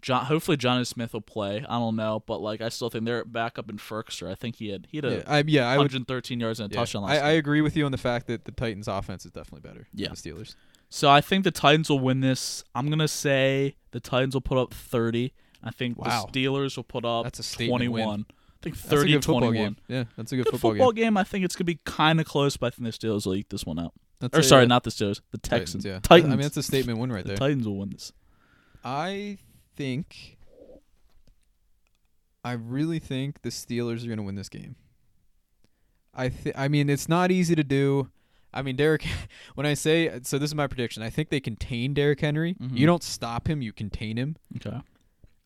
John, hopefully Johnny Smith will play. I don't know, but like I still think they're back up in Ferkster. I think he had he had a
yeah, I, yeah, I would.
113 yards and a
yeah.
touchdown last
I, I
night.
agree with you on the fact that the Titans' offense is definitely better.
Yeah.
than the Steelers.
So I think the Titans will win this. I'm gonna say the Titans will put up 30. I think
Wow.
the Steelers will put up
That's a statement
21.
win.
I think
That's a
30
good football
21.
game. Yeah, that's a good,
Good
football,
football, game. I think it's gonna be kind of close, but I think the Steelers will eke this one out.
game.
or sorry, not the Steelers, the Texans.
uh, Titans. Yeah,
Titans.
I mean that's a statement win right
the
there.
Titans will win this.
I think. I really think the Steelers are going to win this game. I th- I mean, it's not easy to do. I mean, Derek. (laughs) When I say so, this is my prediction. I think they contain Derrick Henry.
Mhm.
You don't stop him. You contain him.
Okay.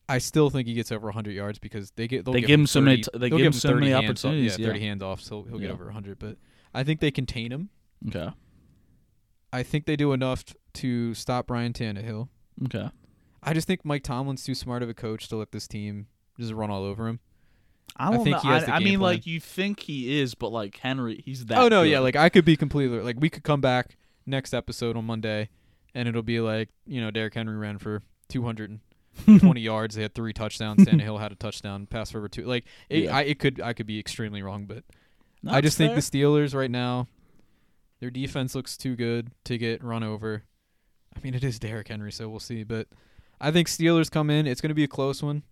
I still think he gets over 100 yards because they get they'll
They
give
give
him
him so many
30
t- they
they'll
give him so
30
many
hands off-
opportunities,
yeah,
yeah.
30 handoffs. He'll he'll get
Yeah.
over 100. But I think they contain him.
Okay.
I think they do enough to stop Ryan Tannehill.
Okay.
I just think Mike Tomlin's too smart of a coach to let this team just run all over him.
I
I
don't
think
know.
he has
I,
the
I
game
mean,
plan.
like you think he is, but like Henry, he's that.
oh no,
good.
yeah, like I could be completely like we could come back next episode on Monday, and it'll be like you know Derrick Henry ran for two hundred
(laughs)
20 yards. They had three touchdowns. Tannehill had a touchdown. Pass over two. Like it,
Yeah.
I, it could I could be extremely wrong, but
No,
I
it's
just
fair.
think the Steelers right now, their defense looks too good to get run over. I mean, it is Derrick Henry, so we'll see. But I think Steelers come in. It's going to be a close one.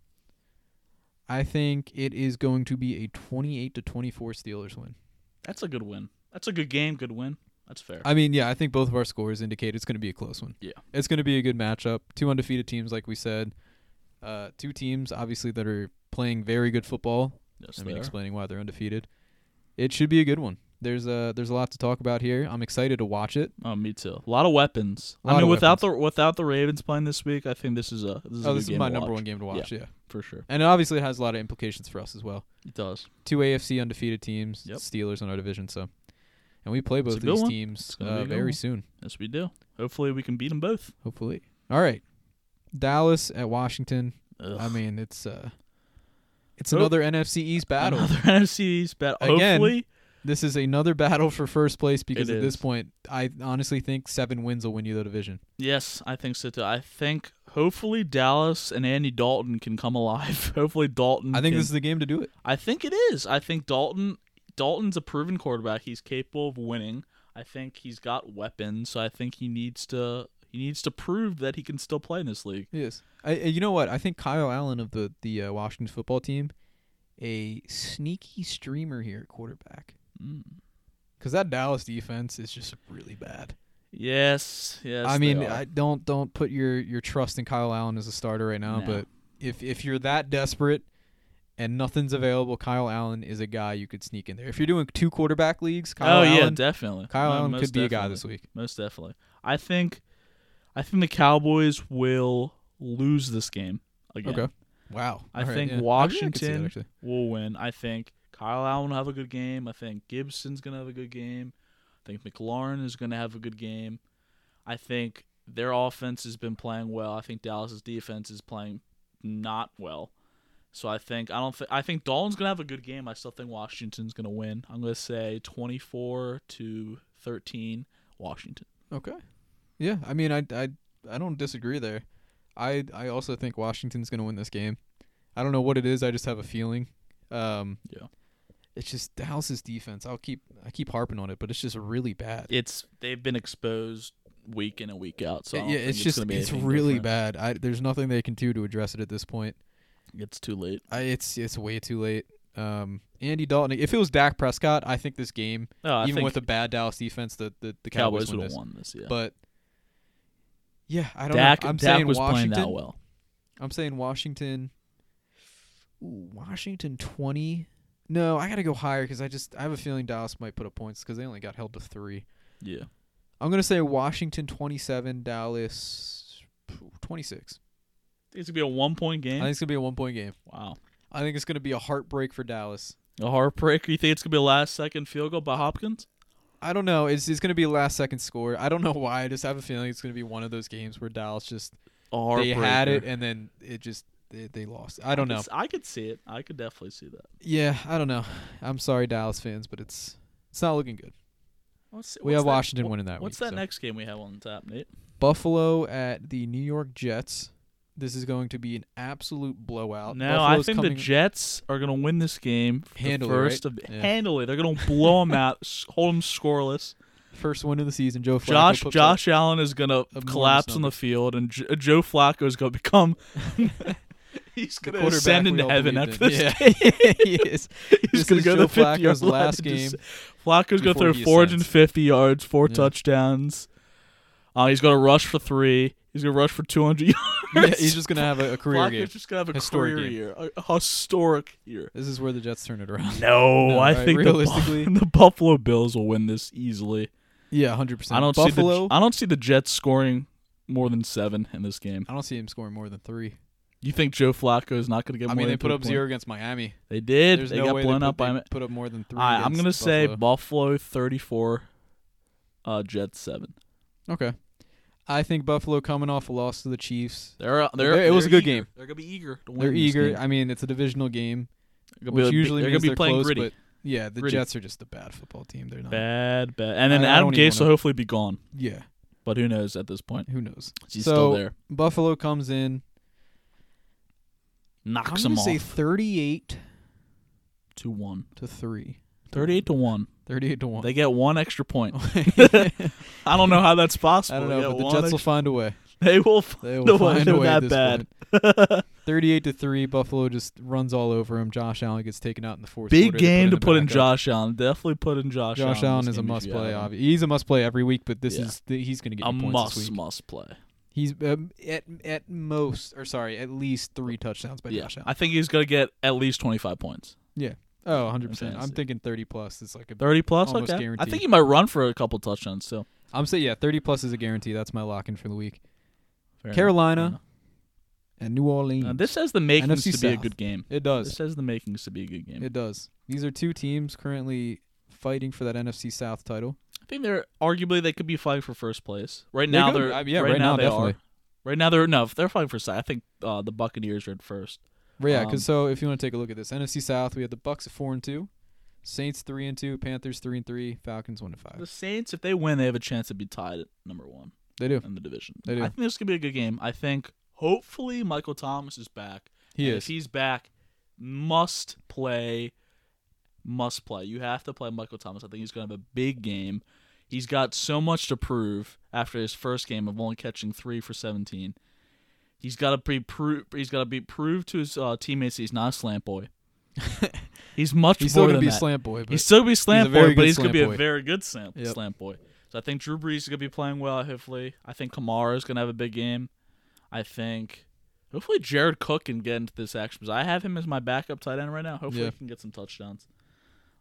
I think it is going to be a 28 to 24 Steelers win.
that's a good win. That's a good game. Good win. That's fair.
I mean, yeah, I think both of our scores indicate it's going to be a close one.
Yeah.
It's going to be a good matchup. Two undefeated teams, like we said. Uh, two teams, obviously, that are playing very good football.
Yes,
I mean,
they are.
explaining why they're undefeated. It should be a good one. There's a there's a lot to talk about here. I'm excited to watch it.
Oh, me too. A lot of weapons.
Lot
I mean,
of
without the without the Ravens playing this week, I think this is a this is, a
oh,
good
this is
game
my
to
number
watch.
one game to watch. Yeah.
for sure.
and it obviously has a lot of implications for us as well.
It does.
Two AFC undefeated teams,
Yep.
Steelers in our division. So, and we play both of
good
these
one.
teams
gonna be
uh,
a good
very
one.
soon,
Yes, we do. Hopefully, we can beat them both.
hopefully. All right, Dallas at Washington.
Ugh.
I mean, it's uh, it's
Oh.
another NFC East battle.
Another (laughs) NFC East battle.
Again,
Hopefully,
This is another (laughs) battle for first place because
It
at this
is.
point, I honestly think seven wins will win you the division.
yes, I think so too. I think hopefully Dallas and Andy Dalton can come alive. (laughs) hopefully Dalton.
I think
can-
this is the game to do it.
I think it is. I think Dalton. Dalton's a proven quarterback. He's capable of winning. I think he's got weapons. So I think he needs to. He needs to prove that he can still play in this league.
Yes. I, I- you know what? I think Kyle Allen of the the uh, Washington football team, a sneaky streamer here at quarterback.
Mm.
Because that Dallas defense is just really bad.
Yes. Yes.
I
they
mean,
are.
I don't don't put your your trust in Kyle Allen as a starter right now.
No.
But if if you're that desperate and nothing's available, Kyle Allen is a guy you could sneak in there. If you're doing two quarterback leagues, Kyle
oh yeah,
Allen,
definitely.
Kyle
No,
Allen
most
could be a guy
definitely.
this week.
Most definitely. I think I think the Cowboys will lose this game again.
Okay. Wow.
I
All right,
think
yeah. I
Washington
mean, I could see that, actually.
will win. I think Kyle Allen will have a good game. I think Gibson's gonna have a good game. I think McLaurin is gonna have a good game. I think their offense has been playing well. I think Dallas's defense is playing not well. So I think I don't think I think Dalton's gonna have a good game. I still think Washington's gonna win. I'm gonna say 24 to 13, Washington.
Okay. Yeah, I mean, I I I don't disagree there. I I also think Washington's going to win this game. I don't know what it is. I just have a feeling. Um,
Yeah.
It's just Dallas's defense. I'll keep I keep harping on it, but it's just really bad.
it's they've been exposed week in and week out. So I
yeah,
don't think
it's just
gonna be
it's
anything
really
different.
bad. I there's nothing they can do to address it at this point.
It's too late.
I, it's it's way too late. Um, Andy Dalton. If it was Dak Prescott, I think this game,
Oh, I
even
think
with a bad Dallas defense, the the, the
the Cowboys,
win
would have
this.
won this. Yeah,
But yeah, I don't
Dak,
know. I'm
Dak
saying
was
Washington,
playing that well.
I'm saying Washington. Ooh, Washington twenty. No, I gotta go higher because I just I have a feeling Dallas might put up points because they only got held to three.
Yeah,
I'm gonna say Washington twenty-seven, Dallas twenty-six.
it's gonna be a one point
I
game.
think it's gonna be a one-point game.
wow,
I think it's gonna be a heartbreak for Dallas.
a heartbreaker. You think it's gonna be a last second field goal by Hopkins?
I don't know. It's it's gonna be a last-second score. I don't know why. I just have a feeling it's gonna be one of those games where Dallas just
A
they
heartbreaker.
had it and then it just they, they lost. I don't know.
I could see it. I could definitely see that.
Yeah, I don't know. I'm sorry, Dallas fans, but it's it's not looking good.
What's,
We have Washington winning that
What's
week,
that
so.
next game we have on tap, Nate?
Buffalo at the New York Jets. This is going to be an absolute blowout.
No,
Buffalo's
I think the
coming-
Jets are going to win this game. the
Handily,
first
right?
of
Yeah.
handily. They're going to blow them out, s- hold them scoreless.
first win of the season. Joe Flacco
Josh
puts
Josh Allen is going to
enormous
collapse on
number.
the field, and J- Joe Flacco is going to
(laughs)
become. he's
up the
going to
quarterback
ascend
we
into
all
heaven
believed
after this.
in.
(laughs) game.
Yeah, (laughs) he is.
He's
This
going
is
to go
Joe
to 50
Flacco's
yards. Just-
last game
Flacco's going to throw
before he
450 yards, four
Yeah.
touchdowns. Uh, he's going to rush for three. He's going to rush for 200 (laughs) yards.
Yeah, he's just going to have a, a career
Flacco's
game.
just going to have a
Historic
career
game.
year, a- a historic year.
This is where the Jets turn it around. (laughs)
No,
No,
I
right,
think
realistically-
(laughs) the, Buff- the Buffalo Bills will win this easily.
Yeah, hundred percent.
I don't
Buffalo.
see the I don't see the Jets scoring more than seven in this game.
I don't see him scoring more than three.
You think Joe Flacco is not going to get?
I
more
mean,
than
they put
three
up
points?
zero against Miami.
They did.
There's
they
no
got
way
blown
they put,
up by.
they
Mi-
put up more than three.
All right, I'm
against
going to say
Buffalo.
Buffalo 34, uh, Jets seven.
Okay. I think Buffalo coming off a loss to the Chiefs.
They're uh, they're,
They're- it was
they're
a good
eager.
game.
They're going to be eager. To win
They're
this
eager.
game.
I mean, it's a divisional game,
They're
which
gonna be-
usually
they're
means
gonna be
they're
playing
close,
gritty.
but yeah, the
Gritty.
Jets are just a bad football team. They're not.
bad, bad. And then
I- I
Adam
don't even
Gase will
wanna-
hopefully be gone,
Yeah,
but who knows at this point?
who knows?
He's
so
still there.
Buffalo comes in. I'm
knocks
gonna
them off
say 38
to one.
to three.
38 to one.
38 to one. (laughs)
They (laughs) get one extra point. I don't know how that's possible.
I don't
They get
know, but the
one
Jets will
extra-
find a way.
(laughs) they will find
They
a
will
way.
find a
They're
way. at
that
this
bad.
point.
(laughs)
38 to 3 buffalo just runs all over him josh allen gets taken out in the fourth
Big
quarter. They
game to put in
back up.
Josh Allen. Definitely put in Josh.
josh,
Allen,
allen
this
is a
game if
must
you
play
have him.
obviously he's a must play every week but this
Yeah.
is th- he's going to get
A
you points
must
this week
must play.
he's um, at at most or sorry at least three touchdowns by
Yeah,
josh
I
allen
think he's gonna get at least 25 points.
yeah oh 100 percent. i'm
Fantastic.
thinking 30 plus is like a
30 plus.
Almost
okay. I
guaranteed.
think he might run for a couple touchdowns too.
i'm saying yeah 30 plus is a guarantee that's my lock in for the week
Fair enough.
carolina and new orleans
Uh, this has the makings
NFC
to be a
South.
good game.
it does
This has the makings to be a good game.
it does these are two teams currently fighting for that nfc south title
I think they're arguably they could be fighting for first place. Right
They
now
could.
they're
I- yeah,
right,
right
now,
now,
they
definitely.
are. Right now they're no, they're fighting for second. I think uh, the Buccaneers are at first.
Yeah,
Um,
because so if you want to take a look at this, NFC South, we have the Bucks at four and two, Saints three and two, Panthers three and three, Falcons one and
The
five.
Saints, if they win, they have a chance to be tied at number one
They do.
in the division.
They do.
I think this could be a good game. I think hopefully Michael Thomas is back.
He
And
is.
If he's back, must play. Must play. You have to play Michael Thomas. I think he's gonna have a big game. He's got so much to prove after his first game of only catching three for seventeen. He's got to be pro- He's got to be proved to his uh, teammates that he's not a slant
(laughs)
boy. he's much
He's
more
still gonna
than
be a
that.
slant boy, but
He's still gonna be a slant
a
boy,
very
but
good
he's gonna
slant
be
boy.
a very good slant,
Yep.
slant boy. So I think Drew Brees is gonna be playing well. Hopefully, I think Kamara is gonna have a big game. I think hopefully Jared Cook can get into this action because I have him as my backup tight end right now. Hopefully,
Yeah.
he can get some touchdowns.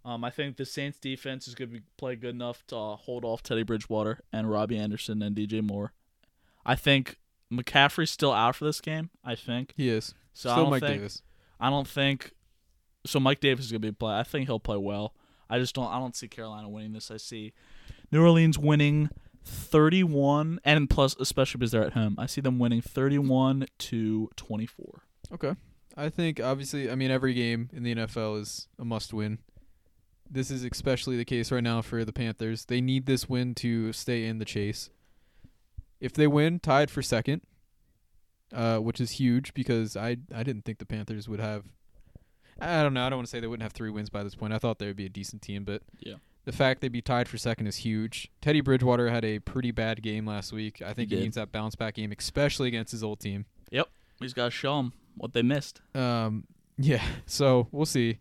Um, I think the Saints defense is gonna be play good enough to uh, hold off Teddy Bridgewater and Robbie Anderson and DJ Moore. I think McCaffrey's still out for this game. I think
he is.
so. I
still
don't
Mike
think,
Davis.
I don't think so. Mike Davis is gonna be play. I think he'll play well. I just don't. I don't see Carolina winning this. I see New Orleans winning thirty-one, and plus, especially because they're at home, I see them winning thirty-one to twenty-four.
Okay. I think obviously, I mean every game in the NFL is a must win. This is especially the case right now for the Panthers. They need this win to stay in the chase. If they win, tied for second, uh, which is huge because I I didn't think the Panthers would have. I don't know. I don't want to say they wouldn't have three wins by this point. I thought they would be a decent team, but
Yeah.
the fact they'd be tied for second is huge. Teddy Bridgewater had a pretty bad game last week. I think he
did.
needs that bounce back game, especially against his old team.
Yep, he's got to show them what they missed.
Um, (laughs) yeah. So we'll see.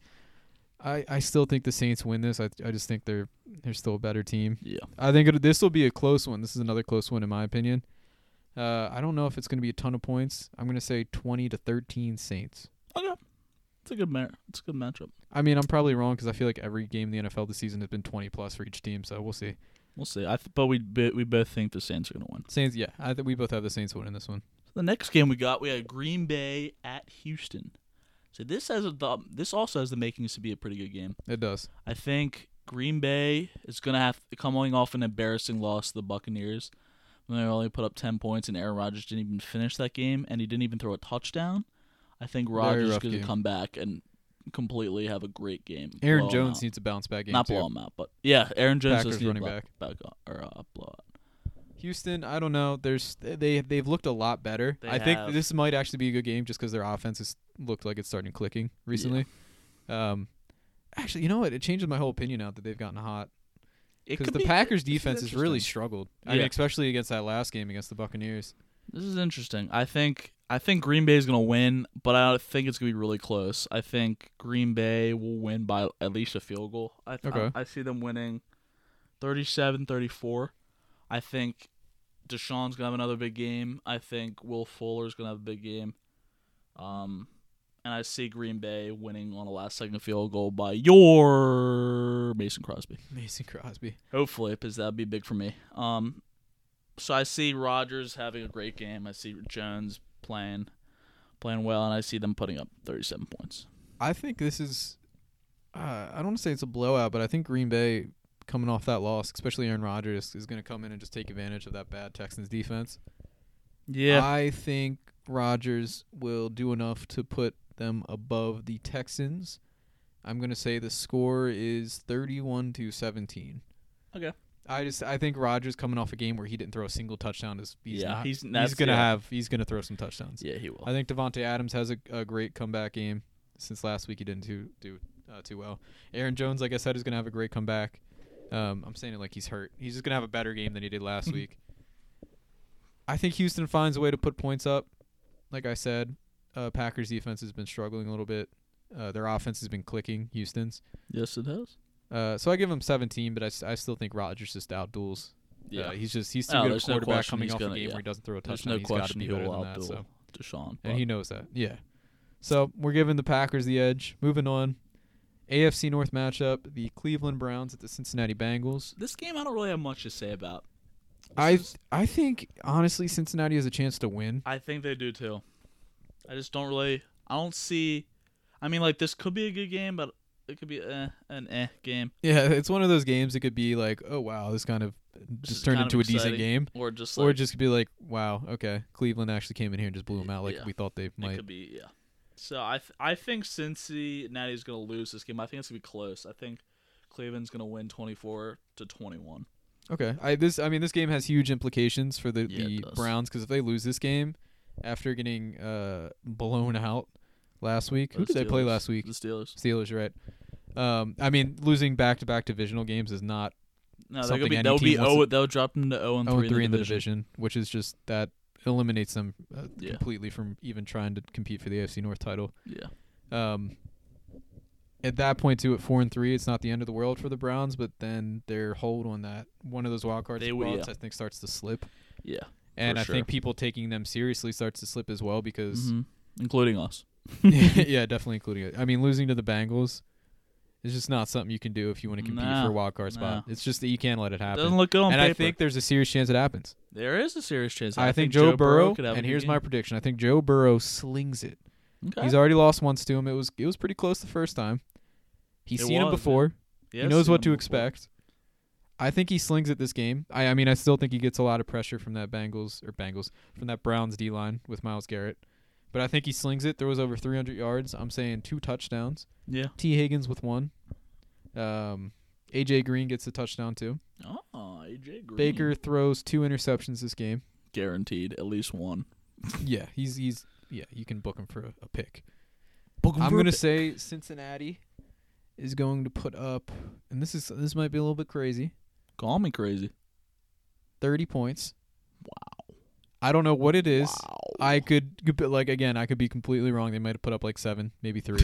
I, I still think the Saints win this. I I just think they're they're still a better team.
Yeah,
I think it, this will be a close one. This is another close one in my opinion. Uh, I don't know if it's going to be a ton of points. I'm going to say 20 to 13 Saints.
it's a good match. It's a good matchup.
I mean, I'm probably wrong because I feel like every game in the NFL this season has been 20 plus for each team. So we'll see.
We'll see. I th- but we b- we both think the Saints are gonna win.
Saints. Yeah, I think we both have the Saints winning this one.
The next game we got, we had Green Bay at Houston. So this has a, the, this also has the makings to be a pretty good game.
It does.
I think Green Bay is going to have coming off an embarrassing loss to the Buccaneers. When they only put up 10 points and Aaron Rodgers didn't even finish that game and he didn't even throw a touchdown. I think Rodgers is
rough
going
game.
to come back and completely have a great game.
Aaron
Blow 'em
Jones
out.
needs a bounce back game.
Not
too.
blow him out, but yeah, Aaron Jones
Packers
does need
running
running back.
back.
back on, or uh, blow out.
Houston, I don't know. There's they they've looked a lot better.
They
I think
have.
this might actually be a good game just because their offense has looked like it's starting clicking recently. Um, actually, you know what? It changes my whole opinion now that they've gotten hot
It
because
could
the
be-
Packers
this is
defense has really
interesting.
struggled. I mean,
Yeah.
especially against that last game against the Buccaneers.
This is interesting. I think I think Green Bay is going to win, but I don't think it's going to be really close. I think Green Bay will win by at least a field goal. I
Okay.
I, I see them winning 37-34. I think Deshaun's going to have another big game. I think Will Fuller's going to have a big game. Um and I see Green Bay winning on a last second field goal by your Mason Crosby.
Mason Crosby.
Hopefully, because that'd be big for me. Um, so I see Rodgers having a great game. I see Jones playing, playing well, and I see them putting up 37 points.
I think this is. Uh, I don't want to say it's a blowout, but I think Green Bay coming off that loss, especially Aaron Rodgers, is going to come in and just take advantage of that bad Texans defense.
Yeah,
I think Rodgers will do enough to put them above the Texans. I'm going to say the score is 31 to 17.
Okay.
I just I think Rogers coming off a game where he didn't throw a single touchdown is he's
Yeah,
not-
he's-
he's,
that's-
gonna
yeah.
have he's gonna throw some touchdowns.
Yeah, he will.
I think Devonte Adams has a, a great comeback game. Since last week, he didn't do do uh, too well. Aaron Jones, like I said, is going to have a great comeback. Um, I'm saying it like he's hurt. He's just going to have a better game than he
(laughs)
did last week. I think Houston finds a way to put points up. Like I said, uh, Packers defense has been struggling a little bit. Uh, their offense has been clicking. Houston's.
yes, it has.
Uh, so I give him 17, but I, s- I still think Rodgers just outduels.
Yeah.
uh, he's just he's
Oh,
too good a
there's no
quarterback
question
coming
he's
off
gonna-
a game
yeah.
where he doesn't throw a
There's
touchdown.
no
he's got to
question
be
he
better
will
than that.
outduel
So
Deshaun.
and he knows that. Yeah. So we're giving the Packers the edge. Moving on, AFC North matchup: the Cleveland Browns at the Cincinnati Bengals.
this game, I don't really have much to say about.
I I think honestly Cincinnati has a chance
(laughs)
to win.
I think they do too. I just don't really. I don't see. I mean, like this could be a good game, but it could be eh, an eh game.
Yeah, it's one of those games that could be like, oh wow, this kind of
This is
just turned
kind of
into a decent
exciting.
game,
or just
or
like,
just be like, wow, okay, Cleveland actually came in here and just blew them out like
Yeah.
we thought they
it
might.
could be yeah. So I th- I think Cincinnati's gonna lose this game. I think it's gonna be close. I think Cleveland's gonna win twenty four to twenty one.
Okay, I this I mean this game has huge implications for the
Yeah, it
the
does.
Browns because if they lose this game after getting uh blown out last week, who did they play last week?
The Steelers.
Steelers, you're right? Um, I mean, losing back-to-back divisional games is not
No, they're
Something
gonna be
any
they'll be
team wants to-
zero. They'll drop them to zero and
0
three,
3 in the division, which is just that eliminates them uh,
Yeah.
completely from even trying to compete for the AFC North title.
Yeah.
Um, at that point, too, at four and three, it's not the end of the world for the Browns, but then their hold on that one of those wild card
They will,
spots,
yeah.
I think, starts to slip,
Yeah.
and
For
I
sure.
think people taking them seriously starts to slip as well because
Mhm. Including us.
(laughs) yeah, definitely including it. I mean, losing to the Bengals is just not something you can do if you want to compete
No,
for a wild card spot.
no.
It's just that you can't let it happen.
Doesn't look good on
and
paper.
I think there's a serious chance it happens.
there is a serious chance.
I, think, Joe, Burrow,
could have a
and
good
here's
game.
my prediction. I think Joe Burrow slings it.
Okay.
He's already lost once to him. It was it was pretty close the first time. He's
It
seen him
was, yeah.
before.
Yeah,
he
I've
knows
seen
what to
him before.
expect. I think he slings it this game. I, I mean, I still think he gets a lot of pressure from that Bengals or Bengals from that Browns D line with Miles Garrett, but I think he slings it. Throws over 300 yards. I'm saying two touchdowns.
Yeah.
T Higgins with one. Um, AJ Green gets a touchdown too.
Oh, AJ Green.
Baker throws two interceptions this game.
guaranteed at least one.
Yeah, he's he's yeah. You can book him for a, a pick.
for
I'm
a
gonna say Cincinnati is going to put up, and this is this might be a little bit crazy.
Call me crazy.
30 points. Wow. I don't know what it is. I could could be- like again, I could be completely wrong. They might have put up like 7,
(laughs)
maybe 3.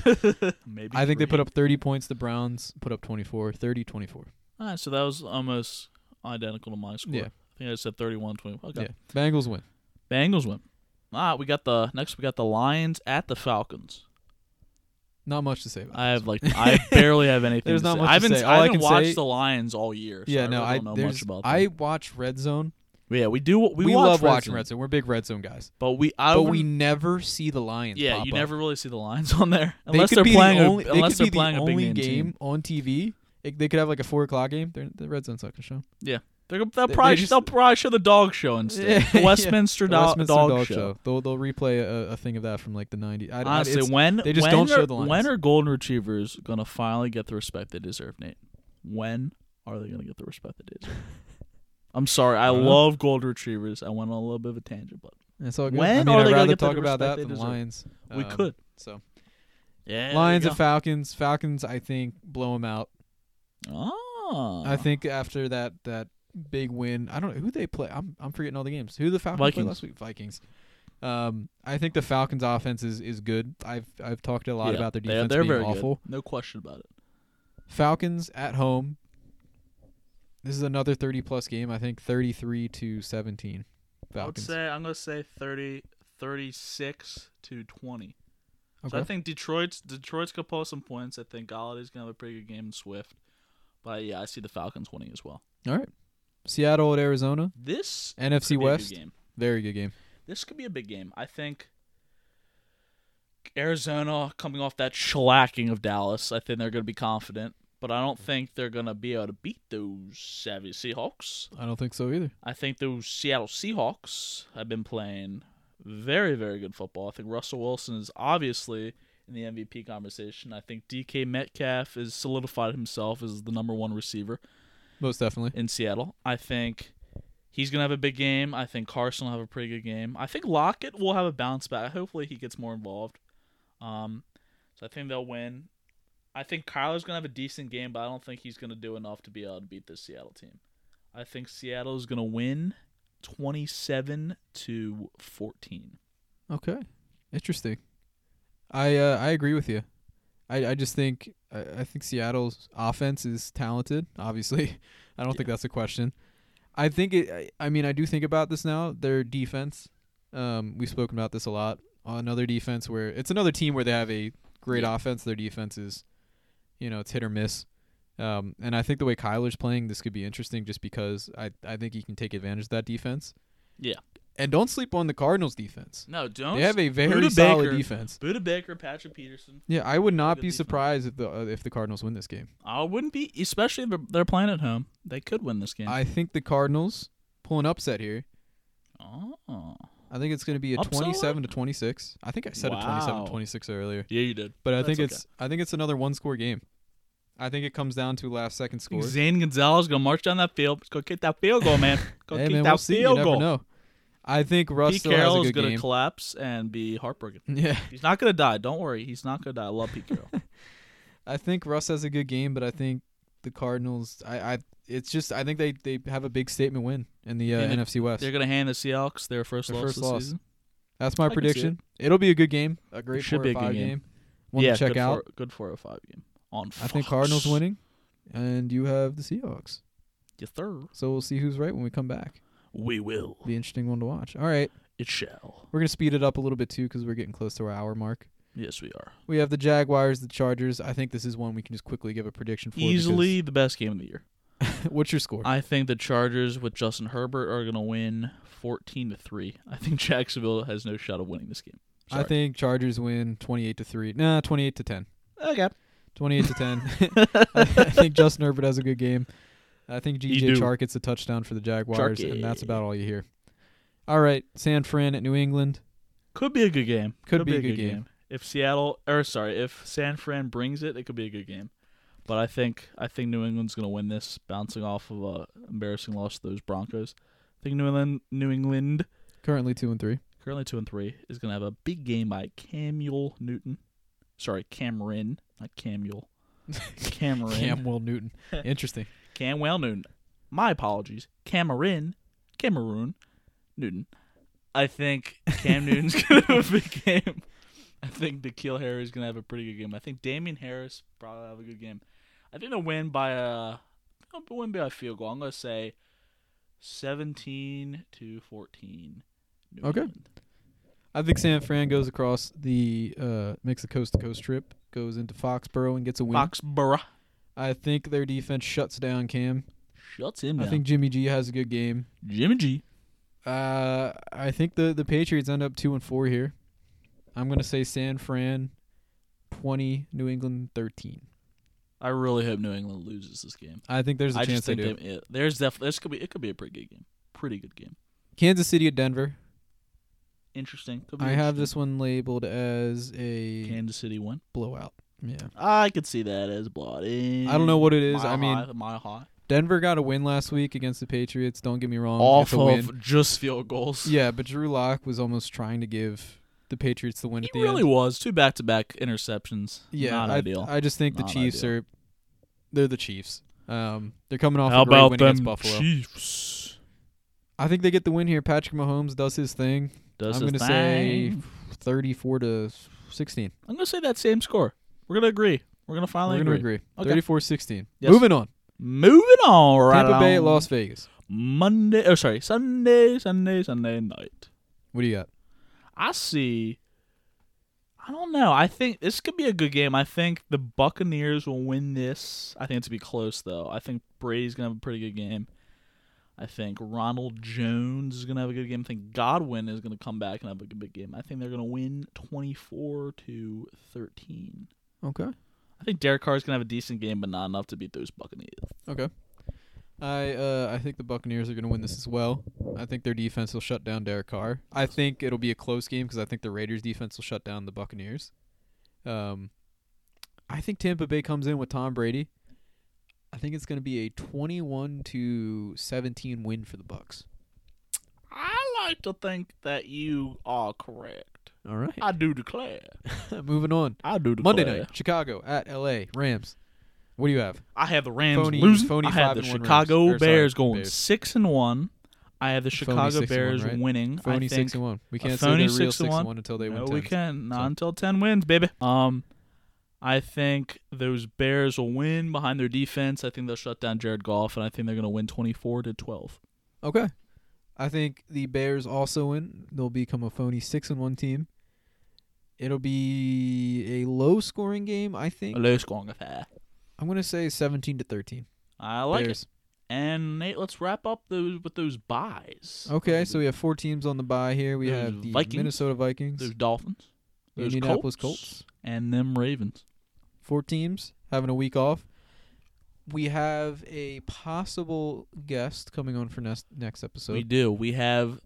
Maybe
I think they put up 30 points. The Browns put up 24, 30 24.
All right, so that was almost identical to my score.
Yeah.
I think I said 31-20. Okay.
Yeah. Bengals win.
Bengals win. All right, we got the next. We got the Lions at the Falcons.
Not much to say about.
I
(laughs)
have like I barely have anything.
There's
to
not
say.
much to
I haven't,
say. All I
I haven't
can
watched
say-
the Lions all year.
that.
So
yeah,
I
no,
really
I
don't know
there's-
much about them.
I watch Red Zone.
yeah, we do. We,
We,
watch
love
Red
watching
Zone,
Red Zone. We're big Red Zone guys.
but we I
but
wouldn't-
we never see the Lions.
yeah,
pop
you
up.
never really see the Lions on there
They
unless
could
are
be the
playing.
only-
a,
they
unless
could
they're
be the
playing a big
only
name
game
team.
on TV. It- they could have like a four o'clock game. They're, the Red Zone's not gonna show. 'em.
Yeah, they're, gonna- they'll
They- they
probably
just-
they'll probably show the dog show instead.
(laughs) Yeah,
The
yeah.
Westminster,
The
do-
Westminster
dog, show.
They'll they'll replay a, a thing of that from like the 90s. I, I-
Honestly,
it's-
when
they just
when
don't
are,
show the lines.
when are golden retrievers gonna finally get the respect they deserve, Nate? When are they gonna get the respect they
(laughs)
deserve? I'm sorry, I,
don't know.
love golden retrievers. I went on a little bit of a tangent, but
it's all good.
when
I mean,
are
I'd
they gonna
rather
get the
talk
respect
about that
they
than
deserve?
Lions.
we
Um,
could.
So
Yeah,
Lions and Falcons. Falcons, I think blow them out.
Oh,
I think after that that big win, I don't know who they play. I'm I'm forgetting all the games. Who the Falcons played
Vikings.
last week? Vikings. Um, I think the Falcons' offense is, is good. I've I've talked a lot
Yeah,
about their
they're,
defense
they're
being
very good.
awful.
No question about it.
Falcons at home. This is another 30 plus game. I think 33 to 17. Falcons.
I'm gonna say 30, 36 to twenty.
Okay.
So I think Detroit's Detroit's gonna pull some points. I think Galladay's gonna have a pretty good game in Swift, but yeah, I see the Falcons winning as well.
All right. Seattle at Arizona.
This
NFC
could be a good
West?
game.
Very good game.
This could be a big game. I think Arizona coming off that shellacking of Dallas, I think they're going to be confident, but I don't think they're going to be able to beat those savvy Seahawks.
I don't think so either.
I think those Seattle Seahawks have been playing very, very good football. I think Russell Wilson is obviously in the MVP conversation. I think DK Metcalf has solidified himself as the number one receiver.
Most definitely.
in Seattle. I think he's gonna have a big game. I think Carson will have a pretty good game. I think Lockett will have a bounce back. Hopefully he gets more involved. Um, so I think they'll win. I think Kyler's gonna have a decent game, but I don't think he's gonna do enough to be able to beat this Seattle team. I think Seattle is gonna win twenty seven to fourteen.
Okay. Interesting. I uh, I agree with you. I, I just think I, I think Seattle's offense is talented. Obviously, (laughs) I don't think that's a question. I think it. I, I mean, I do think about this now. Their defense. Um, we've spoken about this a lot. Another defense where it's another team where they have a great offense. Their defense is, you know, it's hit or miss. Um, and I think the way Kyler's playing, this could be interesting just because I, I think he can take advantage of that defense.
Yeah.
And don't sleep on the Cardinals defense.
No, don't.
They have a very solid defense.
Buda Baker, Patrick Peterson.
Yeah, I would not
good
be
defense.
surprised if the uh, if the Cardinals win this game.
I wouldn't be, especially if they're- they're playing at home. They could win this game.
I think the Cardinals pull an upset here.
oh.
I think it's going to be a
Upset alert?
27 to 26. I think I said a 27
Wow.
to 26 earlier,
Yeah, you did.
but I
That's
think
okay.
it's I think it's another one score game. I think it comes down to last second
I think
score.
Zane Gonzalez gonna march down that field. He's gonna kick that field goal,
(laughs)
man. Go
Hey
kick
man,
that
we'll see. You
field
never
goal.
know. I think Russ
Pete
still has a
Carroll's
good
gonna
game.
collapse and be heartbroken.
(laughs) yeah,
He's not gonna die. Don't worry. He's not gonna die. I love Pete
(laughs)
Carroll.
I think Russ has a good game, but I think the Cardinals. I, I it's just I think they they have a big statement win in the uh,
And it-
NFC West.
They're gonna hand the Seahawks their first
Their
loss
first
this
loss.
season.
That's my
can see
prediction. It. will be a good game. A great
should
four
be
or
a good
five
game.
game. One
yeah,
to check
good
out.
Four, good four or five game on.
I think
Fox.
Cardinals winning, and you have the Seahawks.
Yes, sir.
So we'll see who's right when we come back.
We will.
Be an interesting one to watch. All right,
It shall.
we're gonna speed it up a little bit too because we're getting close to our hour mark.
Yes, we are.
We have the Jaguars, the Chargers. I think this is one we can just quickly give a prediction for. because-
Easily the best game of the year.
(laughs) what's your score?
I think the Chargers with Justin Herbert are gonna win fourteen to three. I think (laughs) Jacksonville has no shot of winning this game.
I
Sorry.
think Chargers win twenty-eight to three. Nah, twenty-eight to ten.
Okay.
28 to 10. (laughs) I think Justin Herbert has a good game. I think
You
DJ
do.
Chark gets a touchdown for the Jaguars,
Charky.
and that's about all you hear. All right, San Fran at New England.
Could be a good game.
Could be a good game.
If Seattle or sorry, if San Fran brings it, it could be a good game. But I think I think New England's going to win this, bouncing off of a embarrassing loss to those Broncos. I think New England, New England,
Currently two and three.
currently two and three, is going to have a big game by Camuel Newton. Sorry, Cameron, not
(laughs)
Camuel. Cameron,
Camwell Newton. Interesting.
Camwell Newton. My apologies. Cameron. Cameroon. Newton. I (laughs) think Cam Newton's going to have a big game. I think Nikhil Harry's going to have a pretty good game. I think Damian Harris probably have a good game. I think they'll win by a, they'll win by a field goal. I'm going to say 17 to 14. New
Okay.
England.
I think San Fran goes across the uh, makes the coast to coast trip, goes into Foxborough and gets a win.
Foxborough.
I think their defense shuts down Cam.
Shuts him down.
I think Jimmy G has a good game.
Jimmy G.
Uh, I think the the Patriots end up two and four here. I'm gonna say San Fran, twenty, New England thirteen.
I really hope New England loses this game.
I think there's a
I just
chance they
think
do.
they- yeah, there's definitely this could be it could be a pretty good game. Pretty good game.
Kansas City at Denver.
Interesting. Could be
I have
interesting.
this one labeled as a
Kansas City win.
blowout. Yeah.
I could see that as blood.
I don't know what it is. I mean,
mile high.
Denver got a win last week against the Patriots. Don't get me wrong.
Off
it's a
of
win.
just field goals.
Yeah, but Drew Lock was almost trying to give the Patriots the win
he
at the
really
end.
was two back-to-back interceptions.
Yeah,
not
I,
ideal.
I just think
Not
the Chiefs
ideal.
are they're the Chiefs. Um, they're coming off
How
a great
about
win
them
against Buffalo.
Chiefs?
I think they get the win here. Patrick Mahomes does his thing.
Does
I'm
his
gonna say
thing.
34 to 16.
I'm gonna say that same score. We're gonna agree. We're gonna finally
We're going to
agree.
agree.
Okay.
34-16.
Yes.
Moving on.
Moving on. Right
Tampa Bay at
along.
Las Vegas.
Monday. Oh, sorry, Sunday, Sunday, Sunday night.
What do you got?
I see. I don't know. I think this could be a good game. I think the Buccaneers will win this. I think it's gonna be close though. I think Brady's gonna have a pretty good game. I think Ronald Jones is gonna have a good game. I think Godwin is gonna come back and have a good big game. I think they're gonna win twenty four to thirteen.
Okay.
I think Derek Carr's gonna have a decent game, but not enough to beat those Buccaneers.
Okay. I uh, I think the Buccaneers are going to win this as well. I think their defense will shut down Derek Carr. I think it'll be a close game because I think the Raiders defense will shut down the Buccaneers. Um, I think Tampa Bay comes in with Tom Brady. I think it's going to be a 21 to 17 win for the Bucks.
I like to think that you are correct.
All right.
I do declare.
(laughs) Moving on.
(laughs) I do declare.
Monday night, Chicago at LA Rams. What do you have?
I have the Rams
Phony-
losing.
phony
I have
five
the
and one Rams.
Chicago
Or sorry,
Bears going
Bears.
six and one. I have the
Phony
Chicago
six and one,
Bears
right?
winning.
Phony
I think
six and one. We
a
can't say
phony
they're real
six and one.
until they
no,
win.
we
10.
can not
so.
until ten wins, baby. Um, I think those Bears will win behind their defense. I think they'll shut down Jared Goff, and I think they're going to win twenty four to twelve.
Okay. I think the Bears also win. They'll become a phony six and one team. It'll be a low scoring game, I
A
think.
low scoring affair.
I'm gonna say seventeen to thirteen.
I like
Bears.
it. And Nate, let's wrap up those with those buys.
Okay, so we have four teams on the bye here. We
Those
have the
Vikings.
Minnesota Vikings,
those Dolphins, those
Indianapolis Colts.
and them Ravens.
four teams having a week off. We have a possible guest coming on for next next episode.
we do. We have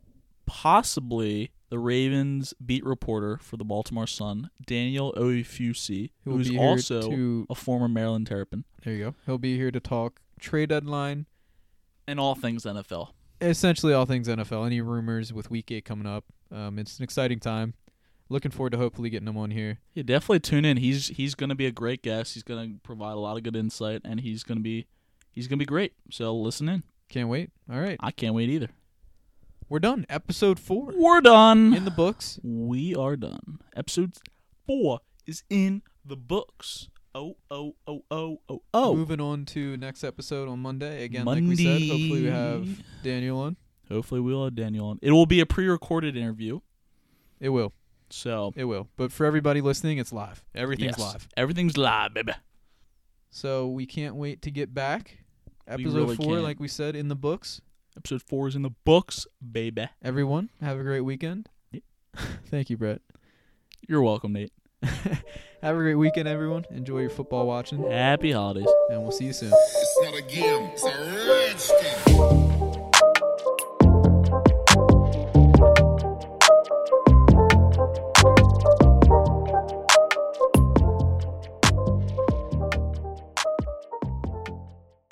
possibly the Ravens beat reporter for the Baltimore Sun, Daniel Oifusi,
Who will
who's
be here
also
to-
a former Maryland Terrapin,
there you go. He'll be here to talk trade deadline,
and all things NFL.
essentially all things NFL. Any rumors with Week Eight coming up? Um, it's an exciting time. Looking forward to hopefully getting him on here.
Yeah, definitely tune in. He's he's going to be a great guest. He's going to provide a lot of good insight, and he's going to be he's going to be great. So listen in.
Can't wait. All right,
I can't wait either.
we're done. Episode four
We're done.
in the books.
we are done. Episode four is in the books. Oh oh oh oh oh (sighs) oh.
Moving on to next episode on Monday again. Like we said, hopefully we have
Monday.
Daniel on.
Hopefully we'll have Daniel on. It will be a pre-recorded interview.
It will.
So
It will. But for everybody listening, it's live. Everything's
yes.
live.
Everything's live, baby.
So we can't wait to get back. Episode
really
four,
can.
like we said, in the books.
Episode four is in the books, baby.
Everyone, have a great weekend.
Yep.
(laughs) Thank you, Brett.
You're welcome, Nate.
Have a great weekend, everyone. Enjoy your football watching,
Happy holidays.
and we'll see you soon.
It's not a game, it's a Redskins.